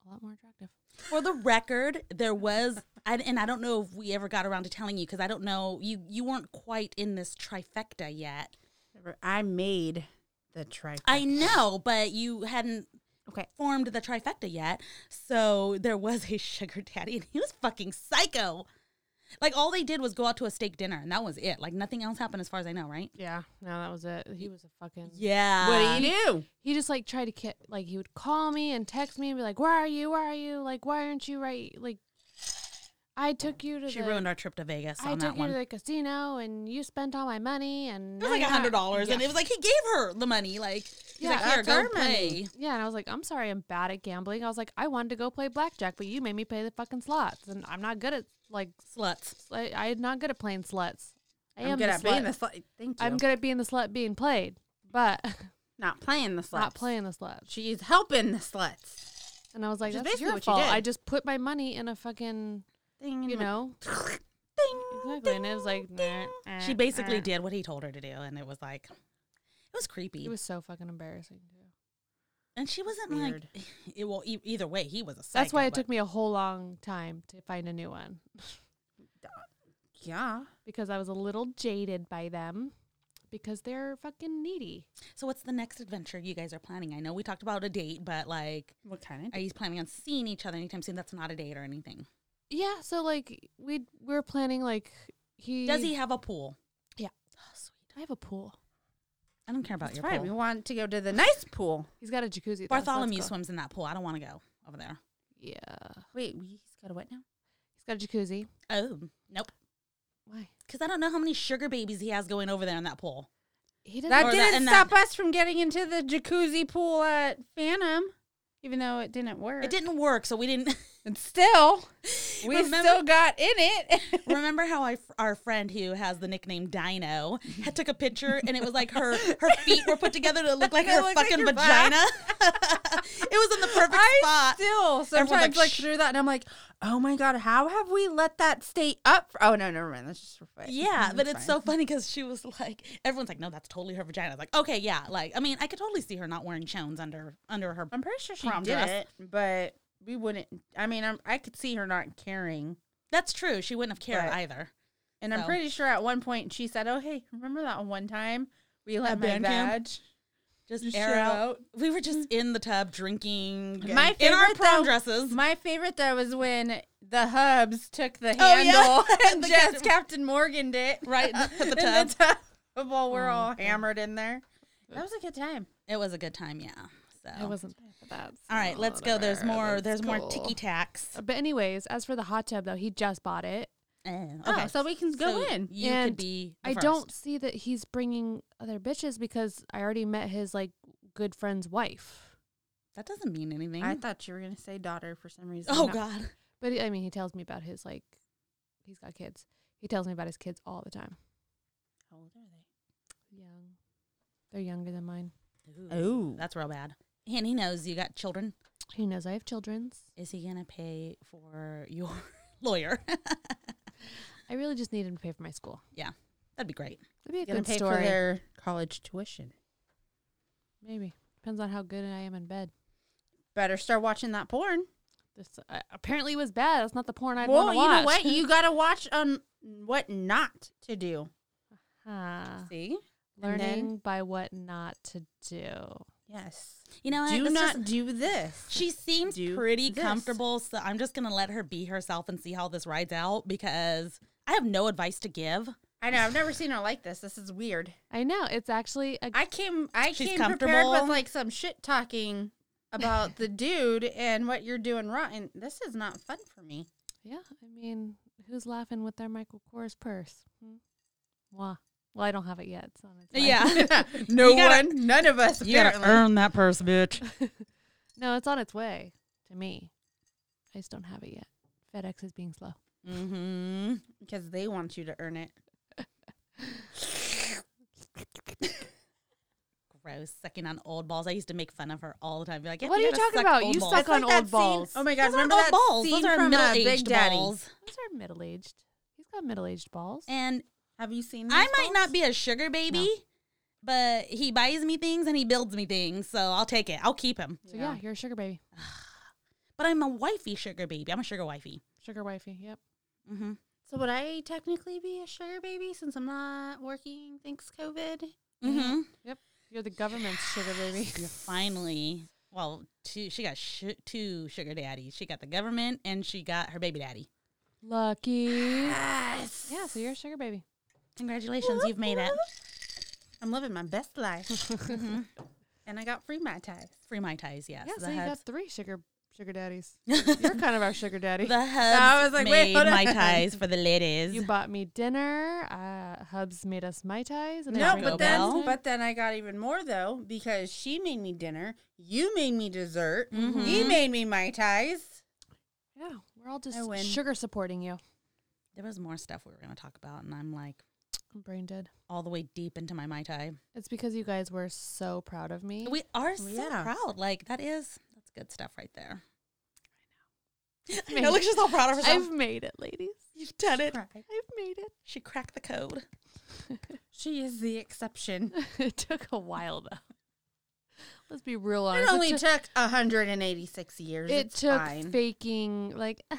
a lot more attractive. For the record, there was, I, and I don't know if we ever got around to telling you because I don't know you. You weren't quite in this trifecta yet. I made the trifecta. I know, but you hadn't Okay. formed the trifecta yet. So there was a sugar daddy, and he was fucking psycho. Like all they did was go out to a steak dinner, and that was it. Like nothing else happened, as far as I know, right? Yeah. No, that was it. He was a fucking. Yeah. What do you do? He just like tried to ki- like he would call me and text me and be like, "Where are you? Where are you? Like, why aren't you right? Like, I took you to She the ruined our trip to Vegas I on took that you one. to the casino and you spent all my money and it was like a hundred dollars, and Yeah. it was like he gave her the money. Like he's Yeah, like, here, that's go our money. play. Yeah, and I was like, I'm sorry, I'm bad at gambling. I was like, I wanted to go play blackjack, but you made me play the fucking slots, and I'm not good at like Sluts. sl- I, I'm not good at playing sluts. I I'm am good the at being slut. the slut. Thank you. I'm good at being the slut being played, but <laughs> not playing the sluts. not playing the sluts. She's helping the sluts. And I was like, Which is that's basically your what you fault. did. I just put my money in a fucking, Ding, you <laughs> know, exactly. And it was like, nah, eh, She basically eh. did what he told her to do, and it was like, it was creepy. It was so fucking embarrassing too. and she wasn't Weird. like, it, well, e- either way, he was a psycho. That's why it but- took me a whole long time to find a new one. Yeah. because I was a little jaded by them because they're fucking needy. So, what's the next adventure you guys are planning? I know we talked about a date, but like, What kind of? are you planning on seeing each other anytime soon? That's not a date or anything. Yeah, so like we we're planning like he Does he have a pool? Yeah. Oh, sweet. I have a pool. I don't care about That's your right. We pool. want to go to the nice pool. He's got a jacuzzi. though, so that's Bartholomew cool. swims in that pool. I don't want to go over there. Yeah, Wait, we- he's got a what now? he's got a jacuzzi. Oh, nope. Why? Because I don't know how many sugar babies he has going over there in that pool. He doesn't. That Or that- didn't and stop us from getting into the jacuzzi pool at Phantom, even though it didn't work. It didn't work, so we didn't. <laughs> And <laughs> still, we Remember- still got in it. <laughs> Remember how I, our friend who has the nickname Dino had took a picture and it was like her her feet were put together to look like It her looked like fucking your back. vagina. <laughs> it was in the perfect spot. still Everyone's like, sometimes look "Shh." through that, and I'm like, oh my god, how have we let that stay up? For- oh no, never mind. That's just for fun. yeah, but it's so Mm, fine. funny because she was like, everyone's like, no, that's totally her vagina. I was like, okay, yeah, like I mean, I could totally see her not wearing chones under under her. I'm pretty sure she Prom did dress. it, but we wouldn't. I mean, I'm, I could see her not caring. That's true. She wouldn't have cared Right. either. And I'm So. pretty sure at one point she said, "Oh hey, remember that one time we let At my band camp? badge?" Just Just air show out. out. Mm. We were just in the tub drinking My in our favorite, prom though- dresses. My favorite though was when the hubs took the Oh, yeah. handle <laughs> and The just Captain- Captain Morgan did <laughs> Right, the <laughs> in tub. Oh, the tub <laughs> while we're all hammered in there. That was a good time. it was a good time, yeah. So I wasn't there for that. All right, so let's go. There's whatever, more. that's There's more Uh, cool. ticky tacks. But anyways, as for the hot tub though, he just bought it. Oh, okay. Oh, so we can go So in. You could And be. the I first. don't see that he's bringing other bitches because I already met his like good friend's wife. That doesn't mean anything. I thought you were gonna say daughter for some reason. oh No. God. But I mean, he tells me about his like, he's got kids. He tells me about his kids all the time. How old are Young, they're younger than mine. they? Oh, That's real bad. And he knows you got children. He knows I have childrens. Is he gonna pay for your <laughs> lawyer? I really just need him to pay for my school. yeah, that'd be great. That'd be a gonna good pay story. for their college tuition. Maybe depends on how good I am in bed. Better start watching that porn. This uh, apparently was bad. That's not the porn I'd well, want to you watch. know what? You gotta watch on what not to do. <laughs> Ah, See, And then- learning by what not to do. Yes. you uh, know, what? do Let's not just- do this. she seems do pretty this. comfortable, so I'm just gonna let her be herself and see how this rides out because I have no advice to give. I know. I've never seen her like this. This is weird. I know it's actually a I came. I She's came prepared with comfortable. like some shit talking <laughs> about the dude and what you're doing wrong. And this is not fun for me. yeah. I mean, who's laughing with their Michael Kors purse? Hmm? Wah. Well, I don't have it yet. It's on its way. <laughs> no gotta- one, none of us. you gotta Apparently. earn that purse, bitch. No, it's on its way to me. I just don't have it yet. FedEx is being slow. mm-hmm. because they want you to earn it. Gross, sucking on old balls. I used to make fun of her all the time. Be like, yeah, What are you gotta talking suck about? old You balls. suck That's on that old scene- balls. Oh my god! Those aren't remember old that balls. scene Those are from uh, middle Big aged Daddy? balls. These are middle aged. These got middle aged balls. And Have you seen? I these might balls? not be a sugar baby, but he buys me things and he builds me things, so I'll take it. I'll keep him. so yeah, you're a sugar baby, But I'm a wifey sugar baby. I'm a sugar wifey. sugar wifey. Yep. Mm-hmm. So would I technically be a sugar baby since I'm not working thanks COVID? Mm-hmm. Yep. You're the government's sugar <laughs> baby. You're finally well. Two, she got sh- two sugar daddies. She got the government and she got her baby daddy. Lucky. Yes. Yeah, so you're a sugar baby. Congratulations, you've made it. I'm living my best life. Mm-hmm. and I got free my ties. Free my ties, yes. Yeah, so the you got hubs. three sugar sugar <laughs> daddies. You're kind of our <laughs> sugar daddy. the hubs I was like, made wait, hold my on. ties <laughs> for the ladies. You bought me dinner. Uh, Hubs made us mai tais. And No, everything but Taco then Bell. but then I got even more though because she made me dinner, you made me dessert, he made me my ties. yeah, we're all just I win. sugar supporting you. there was more stuff we were going to talk about, and I'm like I'm brain dead. all the way deep into my mai tai. It's because you guys were so proud of me. <laughs> We are so yeah. proud. Like that is that's good stuff right there. <laughs> I made know. Look, she's all proud of herself. I've made it, ladies. You've done it. Right. I've made She cracked the code. She is the exception. it. <laughs> it took a while though. Let's be real honest. It It only took- took 186 years. It it's took fine. faking like <laughs> you're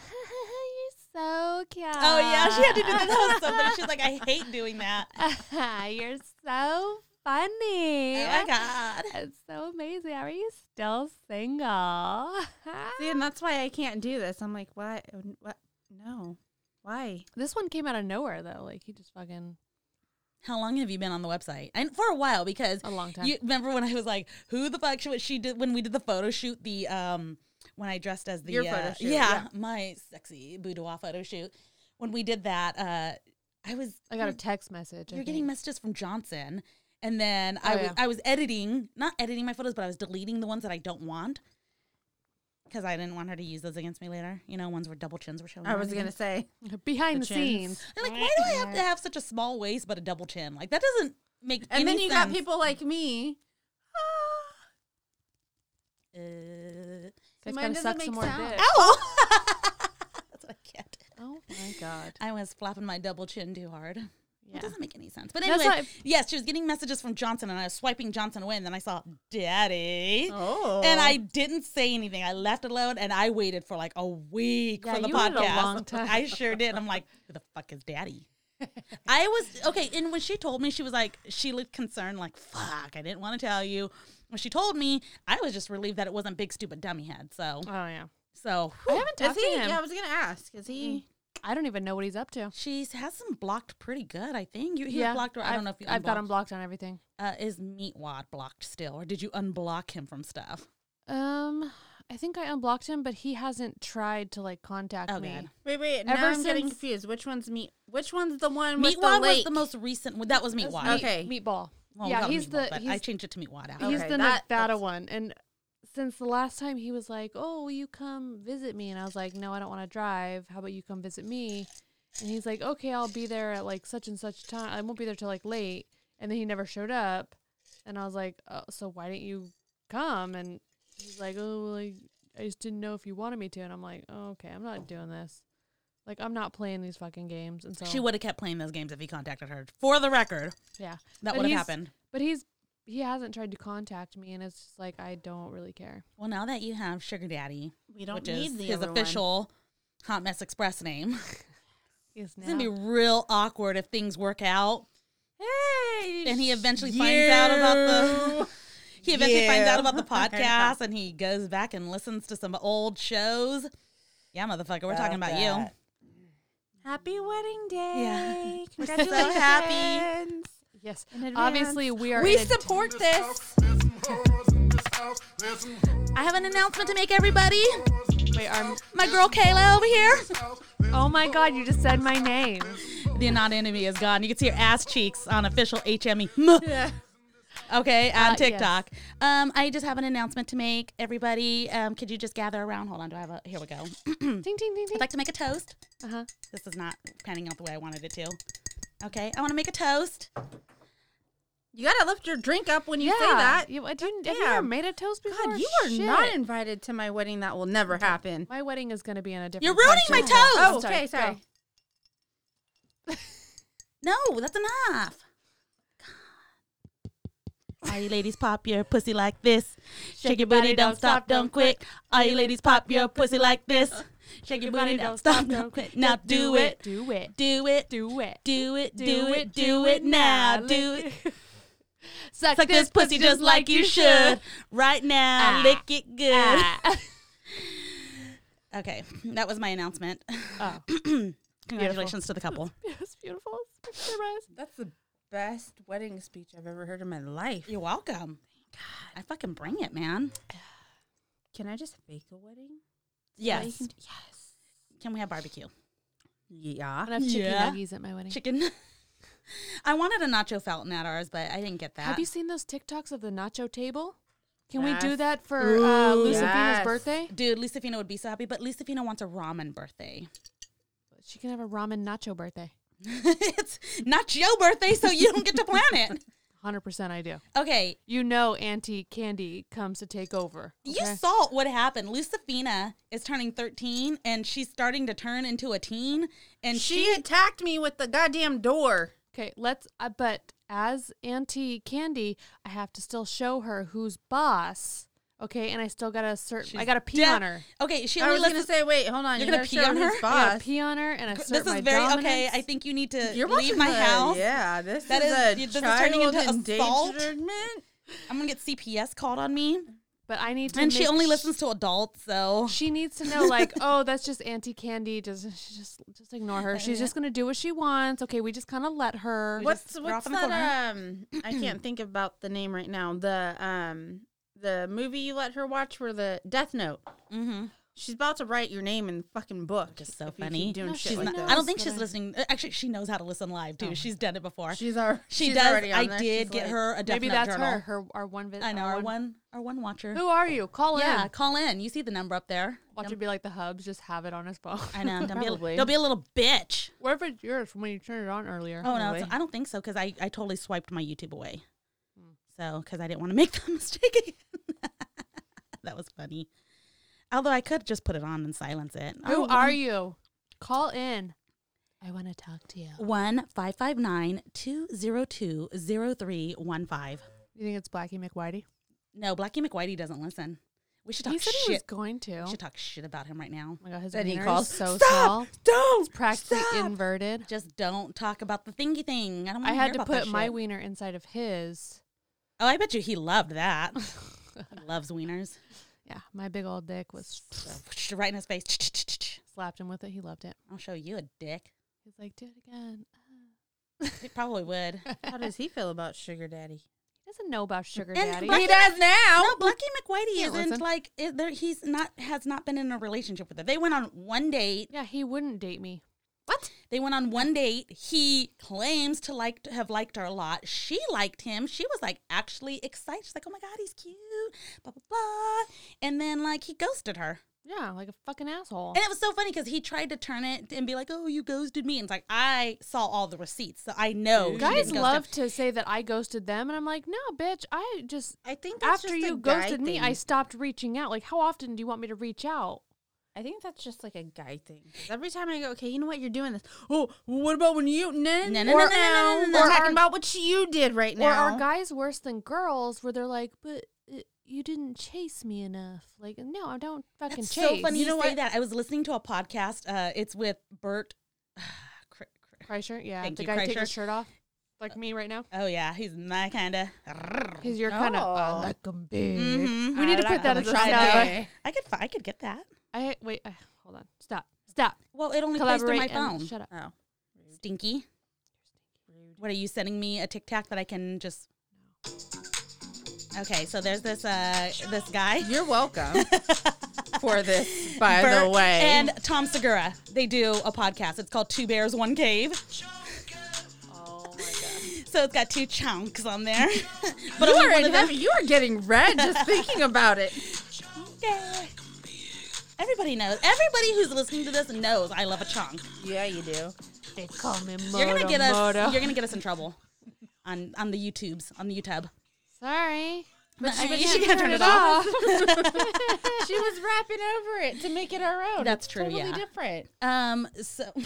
so cute. Oh yeah, she had to do that. That was so <laughs> funny. She's like, I hate doing <laughs> that. <laughs> You're so funny. Oh my god. It's so amazing. Are you still single? See, and that's why I can't do this. I'm like, what? What? No. Why? this one came out of nowhere though. Like he just fucking How long have you been on the website? And for a while because A long time. You remember when I was like, who the fuck she what she did when we did the photo shoot, the um when I dressed as the Your photo uh, shoot, yeah, yeah. my sexy boudoir photo shoot. When we did that, uh I was I got a text message. I Hmm. You're getting think. messages from Johnson. And then I Oh, was yeah. I was editing, not editing my photos, but I was deleting the ones that I don't want because I didn't want her to use those against me later. You know, ones where double chins were showing. I and was everything. gonna say <laughs> behind the, The scenes. They're like, why do I have to have such a small waist but a double chin? Like that doesn't make And any then you got sense. people like me. Uh, Guys Mine gotta doesn't suck make some more <laughs> sound. dick. ow! That's what I get. Oh my god. I was flapping my double chin too hard. Yeah. It doesn't make any sense. But That's anyway, why- yes, she was getting messages from Johnson, and I was swiping Johnson away, and then I saw Daddy. Oh. And I didn't say anything. I left it alone and I waited for like a week Yeah, for the you podcast. waited a long time. I sure did. I'm like, who the fuck is <laughs> daddy? I was okay. And when she told me, she was like, she looked concerned, like, fuck, I didn't want to tell you. When she told me, I was just relieved that it wasn't big, stupid dummy head. So, Oh yeah. so I haven't Is talked he? to him. Yeah, I was gonna ask. Is he? I don't even know what he's up to. she has them blocked pretty good, I think. You, he was blocked, or I I've- don't know if you I've got him unblocked. blocked on everything. Uh, is Meatwad blocked still, or did you unblock him from stuff? Um, I think I unblocked him, but he hasn't tried to like contact Oh, me. God. Wait, wait. Ever now I'm getting since- confused. Which one's meat? Which one's the one with the Meatwad was lake? the most recent. one. That was Meatwad. Okay. Meatball. Well, we Yeah, call it he's meatball, the- but I he's- changed it to meatwad Okay, out. He's the Nevada that- that's- one. And since the last time he was like, Oh, will you come visit me? And I was like, No, I don't want to drive. How about you come visit me? And he's like, Okay, I'll be there at like such and such time. I won't be there till like late. And then he never showed up. And I was like, oh, So why didn't you come? And he's like, Oh, well, I, I just didn't know if you wanted me to. And I'm like, oh, Okay, I'm not doing this. Like, I'm not playing these fucking games. And so She would have kept playing those games if he contacted her. For the record, yeah. that But would have he's- happened. But he's, he hasn't tried to contact me. And it's just like, I don't really care. Well, now that you have Sugar Daddy, We don't which need is the his other one. official Hot Mess Express name, Yes, now. it's gonna be real awkward if things work out. Hey, and he eventually finds out about the <laughs> he eventually finds out about the <laughs> podcast and he goes back and listens to some old shows yeah motherfucker we're talking about you happy wedding Yeah. <laughs> day! We're so Congratulations! happy. Yes. In Obviously, advance. we are. We in a- support this. i have an announcement to make everybody Wait, our, my girl kayla over here oh my God! You just said my name. the not enemy is gone you can see her ass cheeks on official <laughs> hme okay on Uh, yes. tiktok um i just have an announcement to make everybody um could you just gather around hold on do i have a here we go <clears throat> Ding ding ding ding. i'd like to make a toast Uh huh. This is not panning out the way I wanted it to. Okay, I want to make a toast. You gotta lift your drink up when you Yeah. say that. You, I didn't, have you ever Damn. made a toast before? God, you are not Shit. invited to my wedding. That will never happen. My wedding is going to be in a different. You're ruining my country. toast. Oh, sorry. okay, sorry. Go. No, that's enough. God. All you ladies pop your pussy like this. Shake your booty, don't stop, don't quit. All you ladies pop your pussy like this. Shake your booty, don't stop, don't quit. Now do it. Do it. Do it. Do it. Do it. Do it. Do it now. Do it. <laughs> Suck, Suck this pussy just like you <laughs> should. Right now. Ah. Lick it good. <laughs> Ah. Okay, that was my announcement. <clears throat> Oh. Congratulations to the <laughs> couple. Yes, beautiful. Surprise. That's the best wedding speech I've ever heard in my life. You're welcome. God. I fucking bring it, man. Can I just fake a wedding? Yes. Yes. can, we have barbecue? Yeah. I'm gonna have chicken Yeah. nuggies at my wedding. Chicken. <laughs> I wanted a nacho fountain at ours, but I didn't get that. Have you seen those TikToks of the nacho table? Can we do Yes. that for uh, Ooh. Lucifina's Yes. birthday? Dude, Lucifina would be so happy, but Lucifina wants a ramen birthday. <laughs> She can have a ramen nacho birthday. it's not your birthday, so you don't get to plan <laughs> it. 100% I do. Okay, You know Auntie Candy comes to take over. You okay? saw what happened. Lucifina is turning 13 and she's starting to turn into a teen and She, she attacked me with the goddamn door. Okay, let's uh, but as Auntie Candy, I have to still show her who's boss. Okay, and I still got to certain I got to pee de- on her. Okay, she I only was listens gonna say, wait, hold on. You're you gonna gotta pee show on who's her? I gotta Boss. pee on her and assert This my is very dominance. okay. I think you need to You're leave watching my the- house. Yeah, this That is- is, you- this a is turning child into assault. endangerment. I'm gonna get CPS called on me, but I need to and she make- only listens to adults. So She needs to know, like, <laughs> oh, that's just Auntie Candy. Just, she just, just ignore her. She's just gonna do what she wants. Okay, we just kind of let her. We just What's throw what's off in the corner. that? Um, I can't think about the name right now. The um, the movie you let her watch for the Death Note. Mhm. She's about to write your name in the fucking book. Just so if you keep funny. doing No, shit she's like not, that. I don't think That's she's what I- listening. uh, Actually, she knows how to listen live too. she's done it before. She's our. she she's does. Already on I there. did She's get like- her a death Maybe Note that's journal. her. Her our one visit. I know our one, our one watcher. Who are you? Call yeah, in. call in. You see the number up there. Watch it be like the hubs. Just have it on his phone. I <laughs> know. Don't be, a, Probably. don't be a little bitch. What if it's yours from when you turned it on earlier? Oh no, it's, Probably. I don't think so because I, I totally swiped my YouTube away. Hmm. So because I didn't want to <laughs> make that mistake again. <laughs> that was funny. Although I could just put it on and silence it. Oh, Who are you? Call in. I want to talk to you. One five five nine two zero two zero three one five. You think it's Blackie McWhitey? No, Blackie McWhitey doesn't listen. We should talk He said shit. he was going to. We should Oh talk shit about him right now. my god, his Then he wiener is calls, so "Stop! small. Don't It's practically Stop! inverted. Just don't talk about the thingy thing. I don't. I wanna hear had to about that put my shit. wiener inside of his. Oh, I bet you he loved that. <laughs> he loves wieners. Yeah, my big old dick was Right in his face. slapped him with it. He loved it. I'll show you a dick. He's like, do it <laughs> again. He probably would. How does he feel about Sugar Daddy? He doesn't know about sugar And daddy. Blackie- He does now. No, Blackie McWhitey Can't isn't listen. like is there, he's not has not been in a relationship with her. They went on one date. yeah, he wouldn't date me. What? They went on one date. He claims to like to have liked her a lot. She liked him. She was like actually excited. She's like, "Oh my god, he's cute." Blah blah blah. And then like he ghosted her. Yeah, like a fucking asshole. And it was so funny because he tried to turn it and be like, "Oh, you ghosted me," and it's like I saw all the receipts, so I know. she Guys didn't ghost him. love to say that I ghosted them, and I'm like, no, bitch, I just I think that's after just a you guy ghosted me, I thing. stopped reaching out. Like, how often do you want me to reach out? I think that's just like a guy thing. 'Cause Every time I go, okay, you know what, you're doing this. Oh, well, what about when you? No, No, no, no, no, no, or, no, no, no, no, no. or Or talking are- about what you did right Or now. are guys worse than girls, where they're like, but uh, you didn't chase me enough? Like, no, I don't fucking That's chase. so funny you, You know say what? that. I was listening to a podcast. Uh, it's with Bert. <sighs> Cr- cr- Kreischer, yeah, Thank the you, guy who takes his Kreischer. shirt off, like me right now. Oh yeah, he's my kind of. Because you're kind of Oh. like 'em big. Mhm. Mm-hmm. We need to I put that as a like 'em sound. big. I could fi- I could get that. I wait. Uh, hold on. Stop. Stop. Well, it only plays on my Collaborate and phone. shut up. Oh, stinky. What are you sending me a Tic Tac that I can just? Okay, so there's this uh this guy. You're <laughs> welcome for this, by the Bert way. and Tom Segura. They do a podcast. It's called Two Bears, One Cave. Oh Oh, my god! So it's got two chunks on there, <laughs> but you only are, one in of them- heaven. you are getting red just thinking <laughs> about it. Yeah. Everybody knows. Everybody who's listening to this knows I love a chunk. Yeah, you do. They call me Moto. You're gonna get us. Moto. You're gonna get us in trouble on on the YouTubes on the <laughs> YouTube. Sorry. But I you can't should turn, it, off. off. She was rapping over it to make it our own. That's It's true, Totally yeah. different. <laughs> Um. So. <laughs>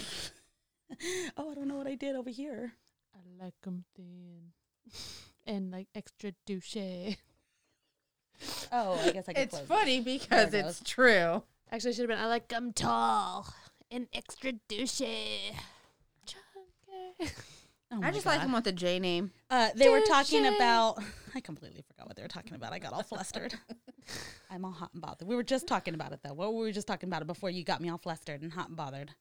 oh, I don't know what I did over here. I like 'em thin <laughs> and like extra douche. Oh, I guess I can It's close. funny because There it Oh it's true. Actually, should have been I like 'em tall and extra douche. Oh my I just God. like him with a J name. Uh, they were talking Touche. about. <laughs> I completely forgot what they were talking about. I got all flustered. <laughs> I'm all hot and bothered. We were just talking about it though. What were we just talking about it before you got me all flustered and hot and bothered?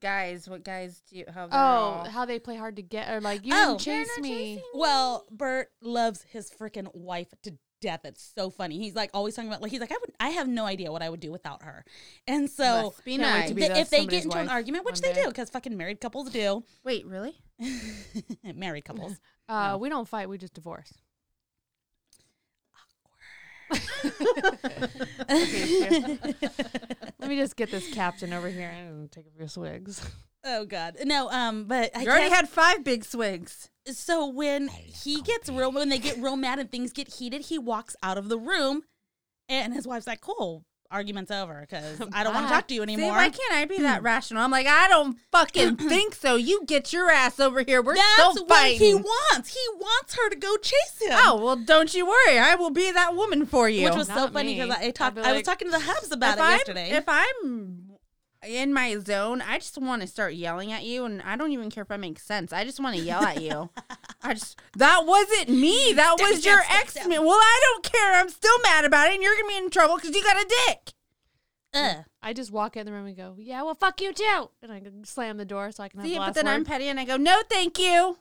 Guys, what guys do you how they're Oh, all- how they play hard to get or like you Oh. didn't chase not me. chasing. Well, Bert loves his freaking wife to death. It's so funny. He's like always talking about like he's like I would I have no idea what I would do without her. And so Must be Can't wait to nice. be the- the- if they somebody's get into an wife argument, which one they day. do, because fucking married couples do, <laughs> Wait, really? married couples. Uh, we don't fight. We just divorce. Let me just get this captain over here and take a few swigs. oh God, no. Um, but I You already guess- had five big swigs. so when he gets real when they get real mad and things get heated he walks out of the room and his wife's like cool argument's over <laughs> because i don't want to Bye. talk to you See, anymore Hmm. why can't I be that rational? I'm like, I don't <clears throat> fucking think so. You get your ass over here. We're that's still what fighting. he wants he wants her to go chase him oh well, don't you worry. I will be that woman for you. which was so Not funny because me. I, I talked I'd be i was like, talking to the hubs about if it I'm, yesterday If I'm in my zone, I just want to start yelling at you, and I don't even care if I make sense. I just want to yell <laughs> at you. I just that wasn't me. That Step was it your down, step it ex. man. Well, I don't care. I'm still mad about it, and you're gonna be in trouble because you got a dick. Ugh. I just walk in the room and go, "Yeah, well, fuck you too," and I can slam the door so I can have See, the but last then word. I'm petty, and I go, "No, thank you,"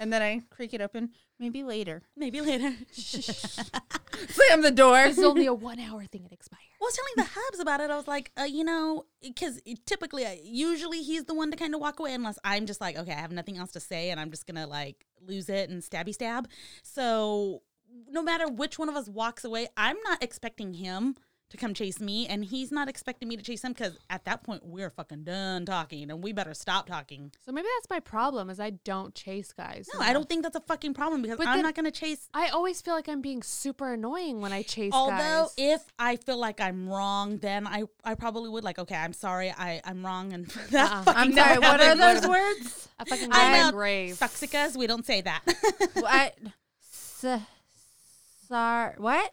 and then I creak it open. Maybe later. <laughs> maybe later Slam the door. This is only <laughs> a one-hour thing. It expires. Well, I was telling the hubs about it. I was like, uh, you know, because typically, I, usually he's the one to kind of walk away unless I'm just like, okay, I have nothing else to say and I'm just going to like lose it and stabby stab. So no matter which one of us walks away, I'm not expecting him to come chase me and he's not expecting me to chase him because at that point we're fucking done talking and we better stop talking. So maybe that's my problem is I don't chase guys. No, I don't think that's a fucking problem because But I'm then- not going to chase. I always feel like I'm being super annoying when I chase Although guys. if I feel like I'm wrong, then I, I probably would like, okay, I'm sorry, I, I'm wrong and <laughs> that Uh-uh. fucking <laughs> I'm never sorry. What are happened. <laughs> those words? I fucking I'm I'm out. grave. Sucksicas, we don't say that. <laughs> What? S- sar- what?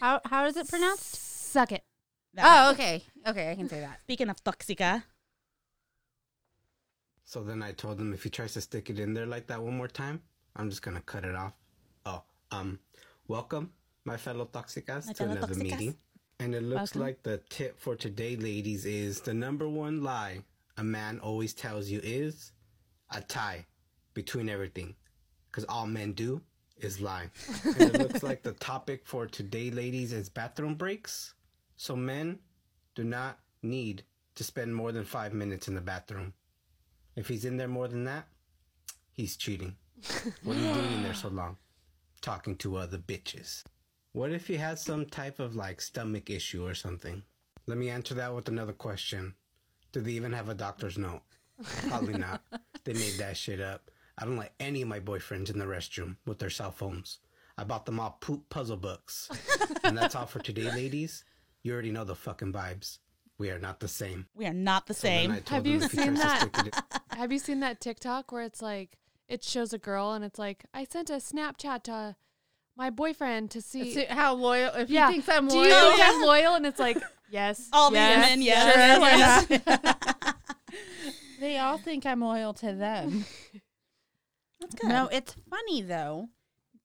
How how is it pronounced? Suck it. That Oh, okay. Okay, I can say that. Speaking of toxica, So then I told him if he tries to stick it in there like that one more time, I'm just gonna cut it off. Oh, um, welcome, my fellow toxicas, My to fellow another toxicas. meeting. And it looks Welcome. like the tip for today, ladies, is the number one lie a man always tells you is a tie between everything, because all men do is lie. and <laughs> it looks like the topic for today, ladies, is bathroom breaks. So men do not need to spend more than five minutes in the bathroom. If he's in there more than that, he's cheating. What are you doing in there so long? Talking to other bitches. What if you had some type of like stomach issue or something? Let me answer that with another question. Do they even have a doctor's note? Probably not. They made that shit up. I don't let any of my boyfriends in the restroom with their cell phones. I bought them all poop puzzle books. and that's all for today, ladies. You already know the fucking vibes. We are not the same. We are not the And same. I told Have you them if he seen tries to that? stick it in- Have you seen that TikTok where it's like it shows a girl and it's like I sent a Snapchat to my boyfriend to see. See how loyal? If Yeah. he thinks I'm Do loyal, you think yeah. I'm loyal? And it's like <laughs> yes, All the yes, women, yes. yes. <laughs> they all think I'm loyal to <laughs> them. That's good. No, it's funny though,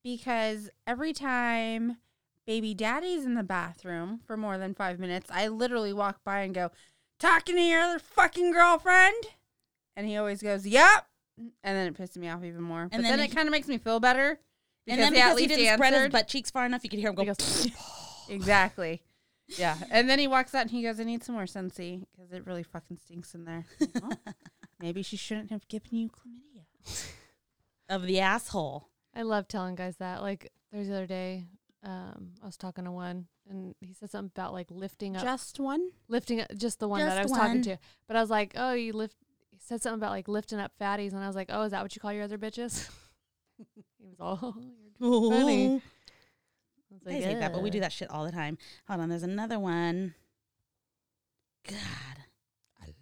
because every time baby daddy's in the bathroom for more than five minutes, I literally walk by and go, talking to your other fucking girlfriend? And he always goes, Yep. And then it pisses me off even more. but then then, he- it kind of makes me feel better. and then he at because he least didn't spread his answered. butt cheeks far enough, you could hear him go. Because- Exactly. Yeah. And then he walks out and he goes, I need some more Sensi because it really fucking stinks in there. Like, <laughs> well, maybe she shouldn't have given you chlamydia. <laughs> of the asshole. <laughs> I love telling guys that. Like there was the other day, um, I was talking to one and he said something about like lifting up, Just one? lifting up, just the one that I Just was talking one. to. But I was like, oh, you lift. He said something about like lifting up fatties, and I was like, oh, is that what you call your other bitches? <laughs> he was all. <laughs> <laughs> Ooh. Funny. I was They like, hate that, but we do "Ugh." that shit all the time. Hold on, there's another one. God, <laughs> I like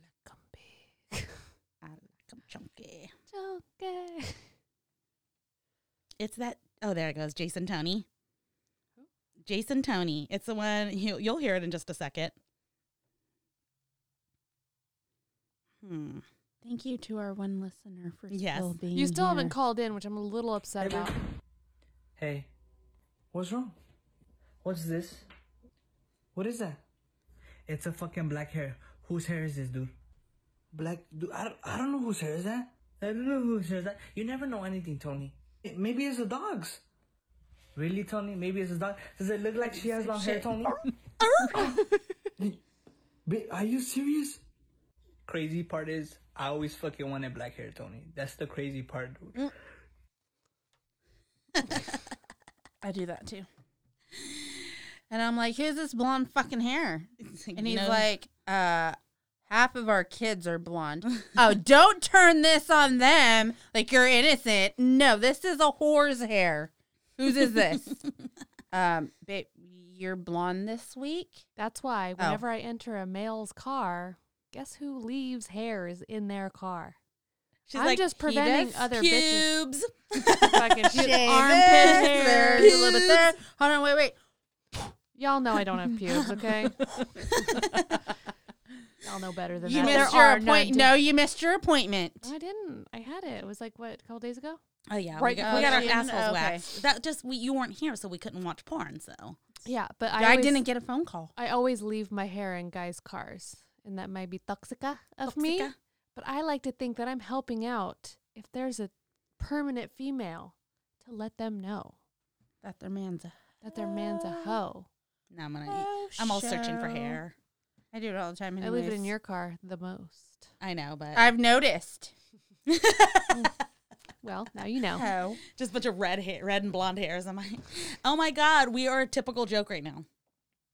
'em chunky. Okay. It's that. Oh, there it goes. Jason Tony. Jason Tony. It's the one you, you'll hear it in just a second. Hmm. Thank you to our one listener for Yes. still being You still haven't here. called in, which I'm a little upset about. Hey, what's wrong? What's this? What is that? It's a fucking black hair. Whose hair is this, dude? Black, dude, I, don't- I don't know whose hair is that. I don't know whose hair is that. You never know anything, Tony. It- maybe it's a dog's. Really, Tony? Maybe it's a dog. Does it look like she has long hair, Tony? Bi- Are you serious? Crazy part is, I always fucking wanted black hair, Tony. That's the crazy part, dude. I do that <laughs> too. And I'm like, who's this blonde fucking hair? And he's No. like, uh, half of our kids <laughs> are blonde. oh, don't turn this on them like you're innocent. No, this is a whore's hair. Whose <laughs> is this? um, babe, you're blonde this week? That's why Oh. whenever I enter a male's car, guess who leaves hairs in their car? She's I'm like, just preventing "Penis, other bitches. pubes. <laughs> Fucking Shave pubes, this, armpit hair. there's a little bit there. Hold on, wait, wait. Y'all know I don't have pubes, <laughs> okay? Y'all know better than You that. missed There your are none, appointment. dude. No, you missed your appointment. No, I didn't. I had it. It was like what a couple days ago. Oh yeah, Right, we got, we oh, got our she assholes didn't- okay. waxed. That just we you weren't here, so we couldn't watch porn. So Yeah, but I, I, always, didn't get a phone call. I always leave my hair in guys' cars, and that might be toxica of me. Toxica. But I like to think that I'm helping out if there's a permanent female to let them know That their man's a that their man's a hoe. now I'm gonna. Oh, I'm all searching for hair. I do it all the time. I leave it in anyways. your car the most. I know, but <laughs> I've noticed. Well, now you <laughs> know. Ho. just a bunch of red hair, red and blonde hairs. I'm like, <laughs> oh my god, we are a typical joke right now.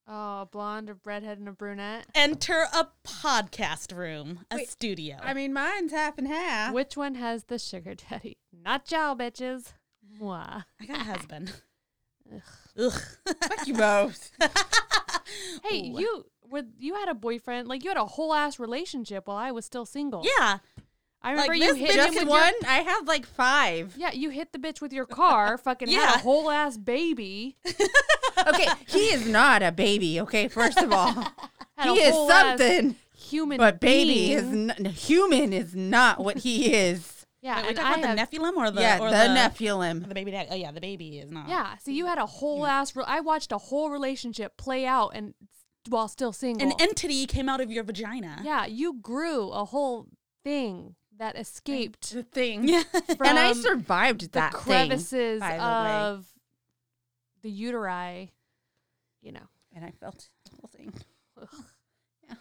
Oh, a blonde, a redhead, and a brunette. Enter a podcast room, a studio. I mean, mine's half and half. Which one has the sugar daddy? Not y'all, bitches. Mwah. I got a <laughs> husband. Ugh. Ugh. <laughs> Fuck you <laughs> both. Hey, Ooh. you with you had a boyfriend, like you had a whole ass relationship while I was still single. yeah, I like remember this you hit him Just with one? your- I have like five. <laughs> yeah, you hit the bitch with your <laughs> car. Fucking had Yeah. a whole ass baby. Okay, he is not a baby. Okay, first of all, <laughs> Had he a is whole ass something, Human, but baby is being. n- human is not what he is. Yeah, Wait, we're and talking I about have, the Nephilim or the yeah, or the, Nephilim. the baby dad. Oh yeah, the baby is not. yeah. So you had a whole ass. Re- I watched a whole relationship play out and while still single. an entity came out of your vagina. yeah, you grew a whole thing that escaped The <laughs> thing. Yeah. and I from- survived that the thing, crevices by the way. of the uteri. You know, and I felt the whole thing. Ugh. Yeah.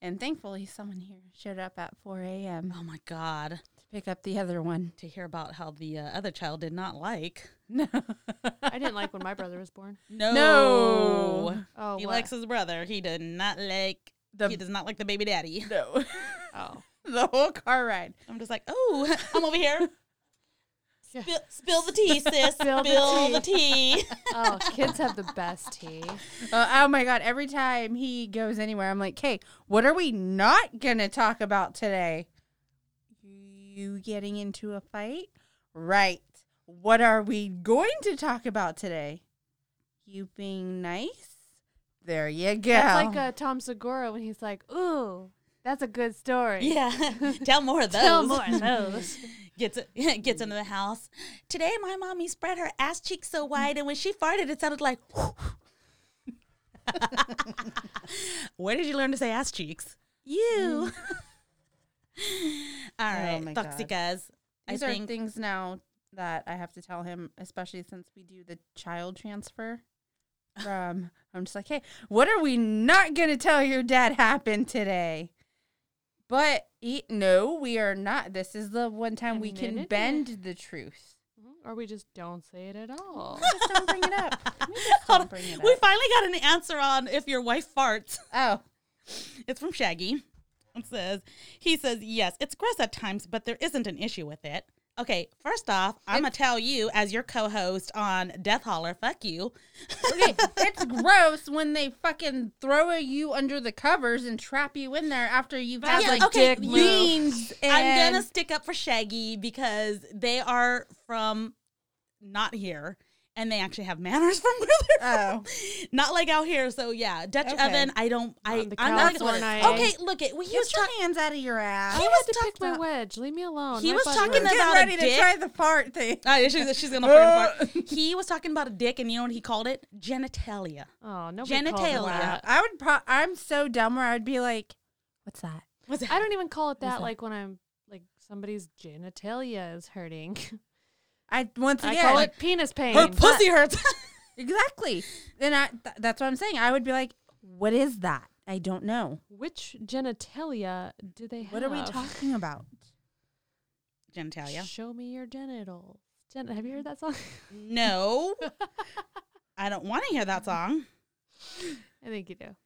And thankfully, someone here showed up at 4 a.m. Oh my God. to pick up the other one. <laughs> To hear about how the uh, other child did not like. No. I didn't like when my brother was born. No. No. Oh, He what? likes his brother. He did not like. The- he does not like the baby daddy. no. Oh, <laughs> the whole car ride. <laughs> I'm just like, oh, I'm over <laughs> here. Yeah. Spill, spill the <laughs> tea, sis. Spill Spill, the the tea. oh, kids have the best tea. Oh, oh my God. Every time he goes anywhere, I'm like, hey, what are we not going to talk about today? You getting into a fight? Right. What are we going to talk about today? You being nice? There you go. That's like uh, Tom Segura when he's like, "Ooh, that's a good story." yeah. <laughs> Tell more of those. Tell more of those. <laughs> Gets gets into the house. Today, my mommy spread her ass cheeks so wide, and when she farted, it sounded like. <laughs> Where did you learn to say ass cheeks? Mm. You. <laughs> All Oh right, my God. toxicas. I These are think things now that I have to tell him, especially since we do the child transfer. From I'm just like, hey, what are we not gonna tell your dad happened today? But he, no, we are not. This is the one time we Admit can it. bend the truth. Or we just don't say it at all. Just don't bring it up. <laughs> We just Hold don't on. bring it we up. finally got an answer on if your wife farts. Oh, It's from Shaggy. It says he says yes, it's gross at times, but there isn't an issue with it. Okay, first off, I'm gonna tell you as your co-host on Death Holler, fuck you. okay. it's gross when they fucking throw you under the covers and trap you in there after you've had Yeah, like okay, dick beans. And I'm gonna stick up for Shaggy because they are from not here and they actually have manners <laughs> from where they're Oh. from. Not like out here. So yeah, Dutch Okay. oven. I don't. I the I'm not couch one night. okay. Look at we he was Get your talking. hands out of your ass. I He had was to pick talked my up- wedge. Leave me alone. He My was butt talking hurts. about- a dick? the fart thing. Oh, yeah, she's, she's gonna fart apart. <laughs> He was talking about a dick, and you know what he called it? Genitalia. Oh, nobody calls it Genitalia. that. I would. Pro- I'm so dumb where I'd be like, "What's that?" What's that? I don't even call it that. Like when I'm like somebody's genitalia is hurting. <laughs> I once I again call it penis pain. Her pussy hurts. <laughs> exactly. Then I. Th- that's what I'm saying. I would be like, "What is that? I don't know. Which genitalia do they have? What are we talking about?" Genitalia. Show me your genitals. Gen- have you heard <laughs> that song? No, I don't want to hear that song. I think you do.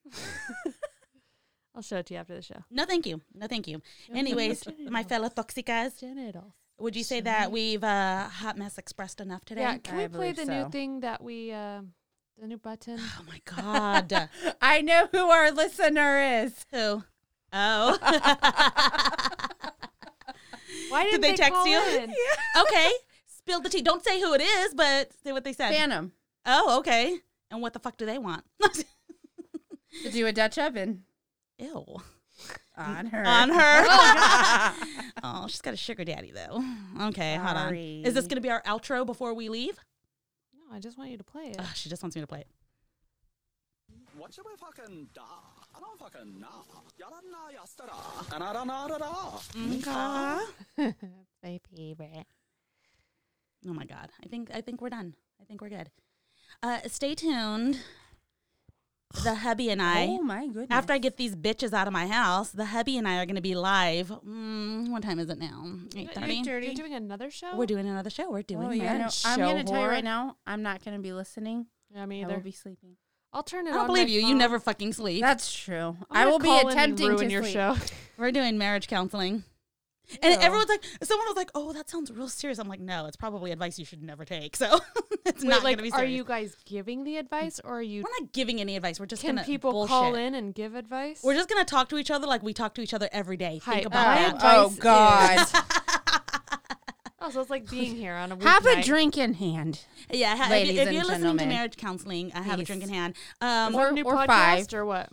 <laughs> I'll show it to you after the show. No, thank you. No, thank you. <laughs> Anyways, my fellow toxicas, Genitals. would you say that we've uh, hot mess expressed enough today? Yeah, can I we play believe the so. new thing that we, uh, the <laughs> new button? Oh my <laughs> god. <laughs> I know who our listener is. Who? <laughs> Oh. Why didn't they text call you? <laughs> in? okay. Spill the tea. Don't say who it is, but say what they said. Phantom Oh, okay. And what the fuck do they want? <laughs> to do a Dutch oven Ew. on her. on her. <laughs> oh, she's got a sugar daddy though. Okay, hold on. Is this Sorry. gonna be our outro before we leave? No, I just want you to play it. Ugh, she just wants me to play it. My favorite. Oh my god. I think I think we're done. I think we're good. Uh, stay tuned. The hubby and I. Oh my goodness. After I get these bitches out of my house, the hubby and I are going to be live. Mm, what time is it now? Eight You're, thirty. you're doing another show? We're doing another show. We're doing Oh, yeah, no, merch. I'm show gonna tell you whore. right now. I'm not gonna be listening. Yeah, me I either. will be sleeping. I'll turn it I on don't my believe you. You phone. never fucking sleep. That's true. I'm I gonna will be call in and attempting ruin to your sleep. <laughs> show. We're doing marriage counseling. And everyone's like, someone was like, "Oh, that sounds real serious." I'm like, "No, it's probably advice you should never take." <laughs> So it's Wait, not going like, to be are serious. you guys giving the advice, or are you? We're not giving any advice. We're just Can gonna people bullshit. call in and give advice? We're just going to talk to each other like we talk to each other every day. Hi, Think uh, about my that. advice Oh, God. is- oh, so it's like being here on a Have a weeknight. drink in hand. Yeah, ha- if, Ladies you, if and you're listening to gentlemen. marriage counseling, I have a drink in Please. hand. Um, Or- new or podcast five. or what?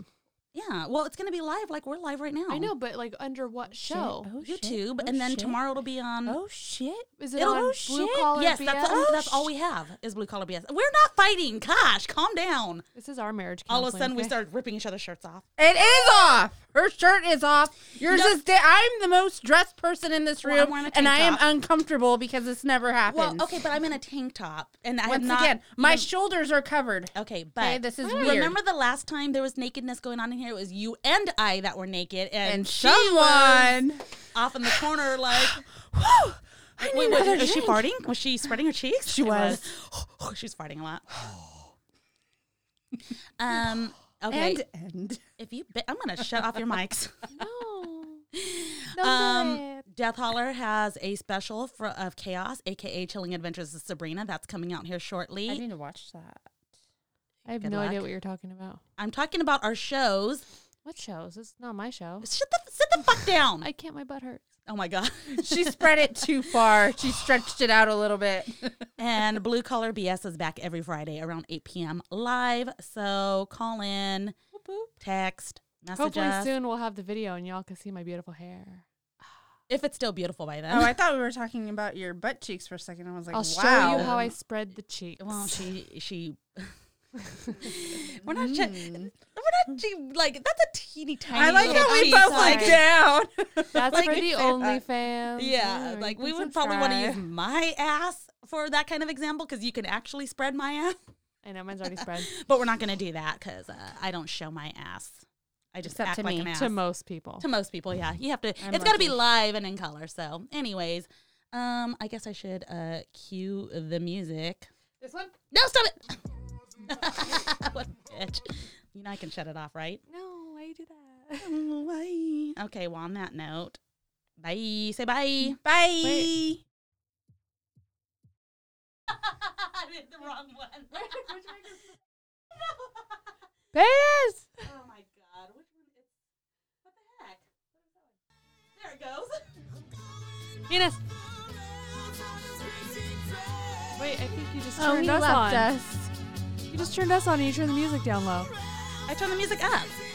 Yeah, well, it's gonna be live. Like we're live right now. I know, but like under what show? Oh, shit. YouTube, Oh, and then shit. tomorrow it'll be on. Oh shit! Is it It'll- on oh, Blue shit. Collar Oh, yes, BS? that's all, that's all we have is blue collar BS. We're not fighting. Gosh, calm down. This is our marriage. All of a counseling, sudden, we okay? started ripping each other's shirts off. It is off. Her shirt is off. Yours No. is. Da- I'm the most dressed person in this Well, I'm room, wearing a tank and I am top. uncomfortable because this never happens. Well, okay, but I'm in a tank top, and I have Once not. again, my no- shoulders are covered. okay, but Okay, this is I don't weird. Remember the last time there was nakedness going on in here? It was you and I that were naked, and, And she was someone. off in the corner, <gasps> like. I Wait, need what- another was she drink. farting? Was she spreading her cheeks? She It was. was. <gasps> She's farting a lot. um. Okay. And end. if you, bi- I'm gonna shut off your <laughs> mics. No. <laughs> Um, Death Holler has a special for, of Chaos, aka Chilling Adventures of Sabrina, that's coming out here shortly. I need to watch that. I have Good no luck. idea what you're talking about. I'm talking about our shows. What shows? It's not my show. Shut the sit the fuck down. I can't. My butt hurts. oh my <laughs> god. She spread it too <laughs> far. She stretched it out a little bit. and Blue Collar BS is back every Friday around 8 p.m. live. So call in, text, message Hopefully us soon we'll have the video and y'all can see my beautiful hair. if it's still beautiful by then. Oh, I thought we were talking about your butt cheeks for a second. I was like, I'll wow. show you how I spread the cheeks. <laughs> <laughs> well, she <laughs> she. we're not. che- we're not che- like that's a teeny tiny. Mm. I like little how we cheese both size. looked down. <laughs> That's Like- for the OnlyFans. <laughs> Yeah, Mm, you like can we would probably want to use <laughs> subscribe. my ass for that kind of example because you can actually spread my ass. I know mine's already spread But we're not going to do that because uh, I don't show my ass. I just Except act to like me. an ass to most people. To most people. Yeah, you have to. I'm it's got to be lucky. live and in color. So, anyways, um, I guess I should uh cue the music. This one? No, stop it! <laughs> what a bitch. You know I can shut it off, right? No, why you do that? <laughs> Okay. Well, on that note, bye. Say bye. Bye. I did the <laughs> wrong one. There it is. Oh my god, which one is what the heck? There it goes. Venus. Wait, I think you just Oh, turned he us left on. us. You just turned us on and you turned the music down low. I turned the music up.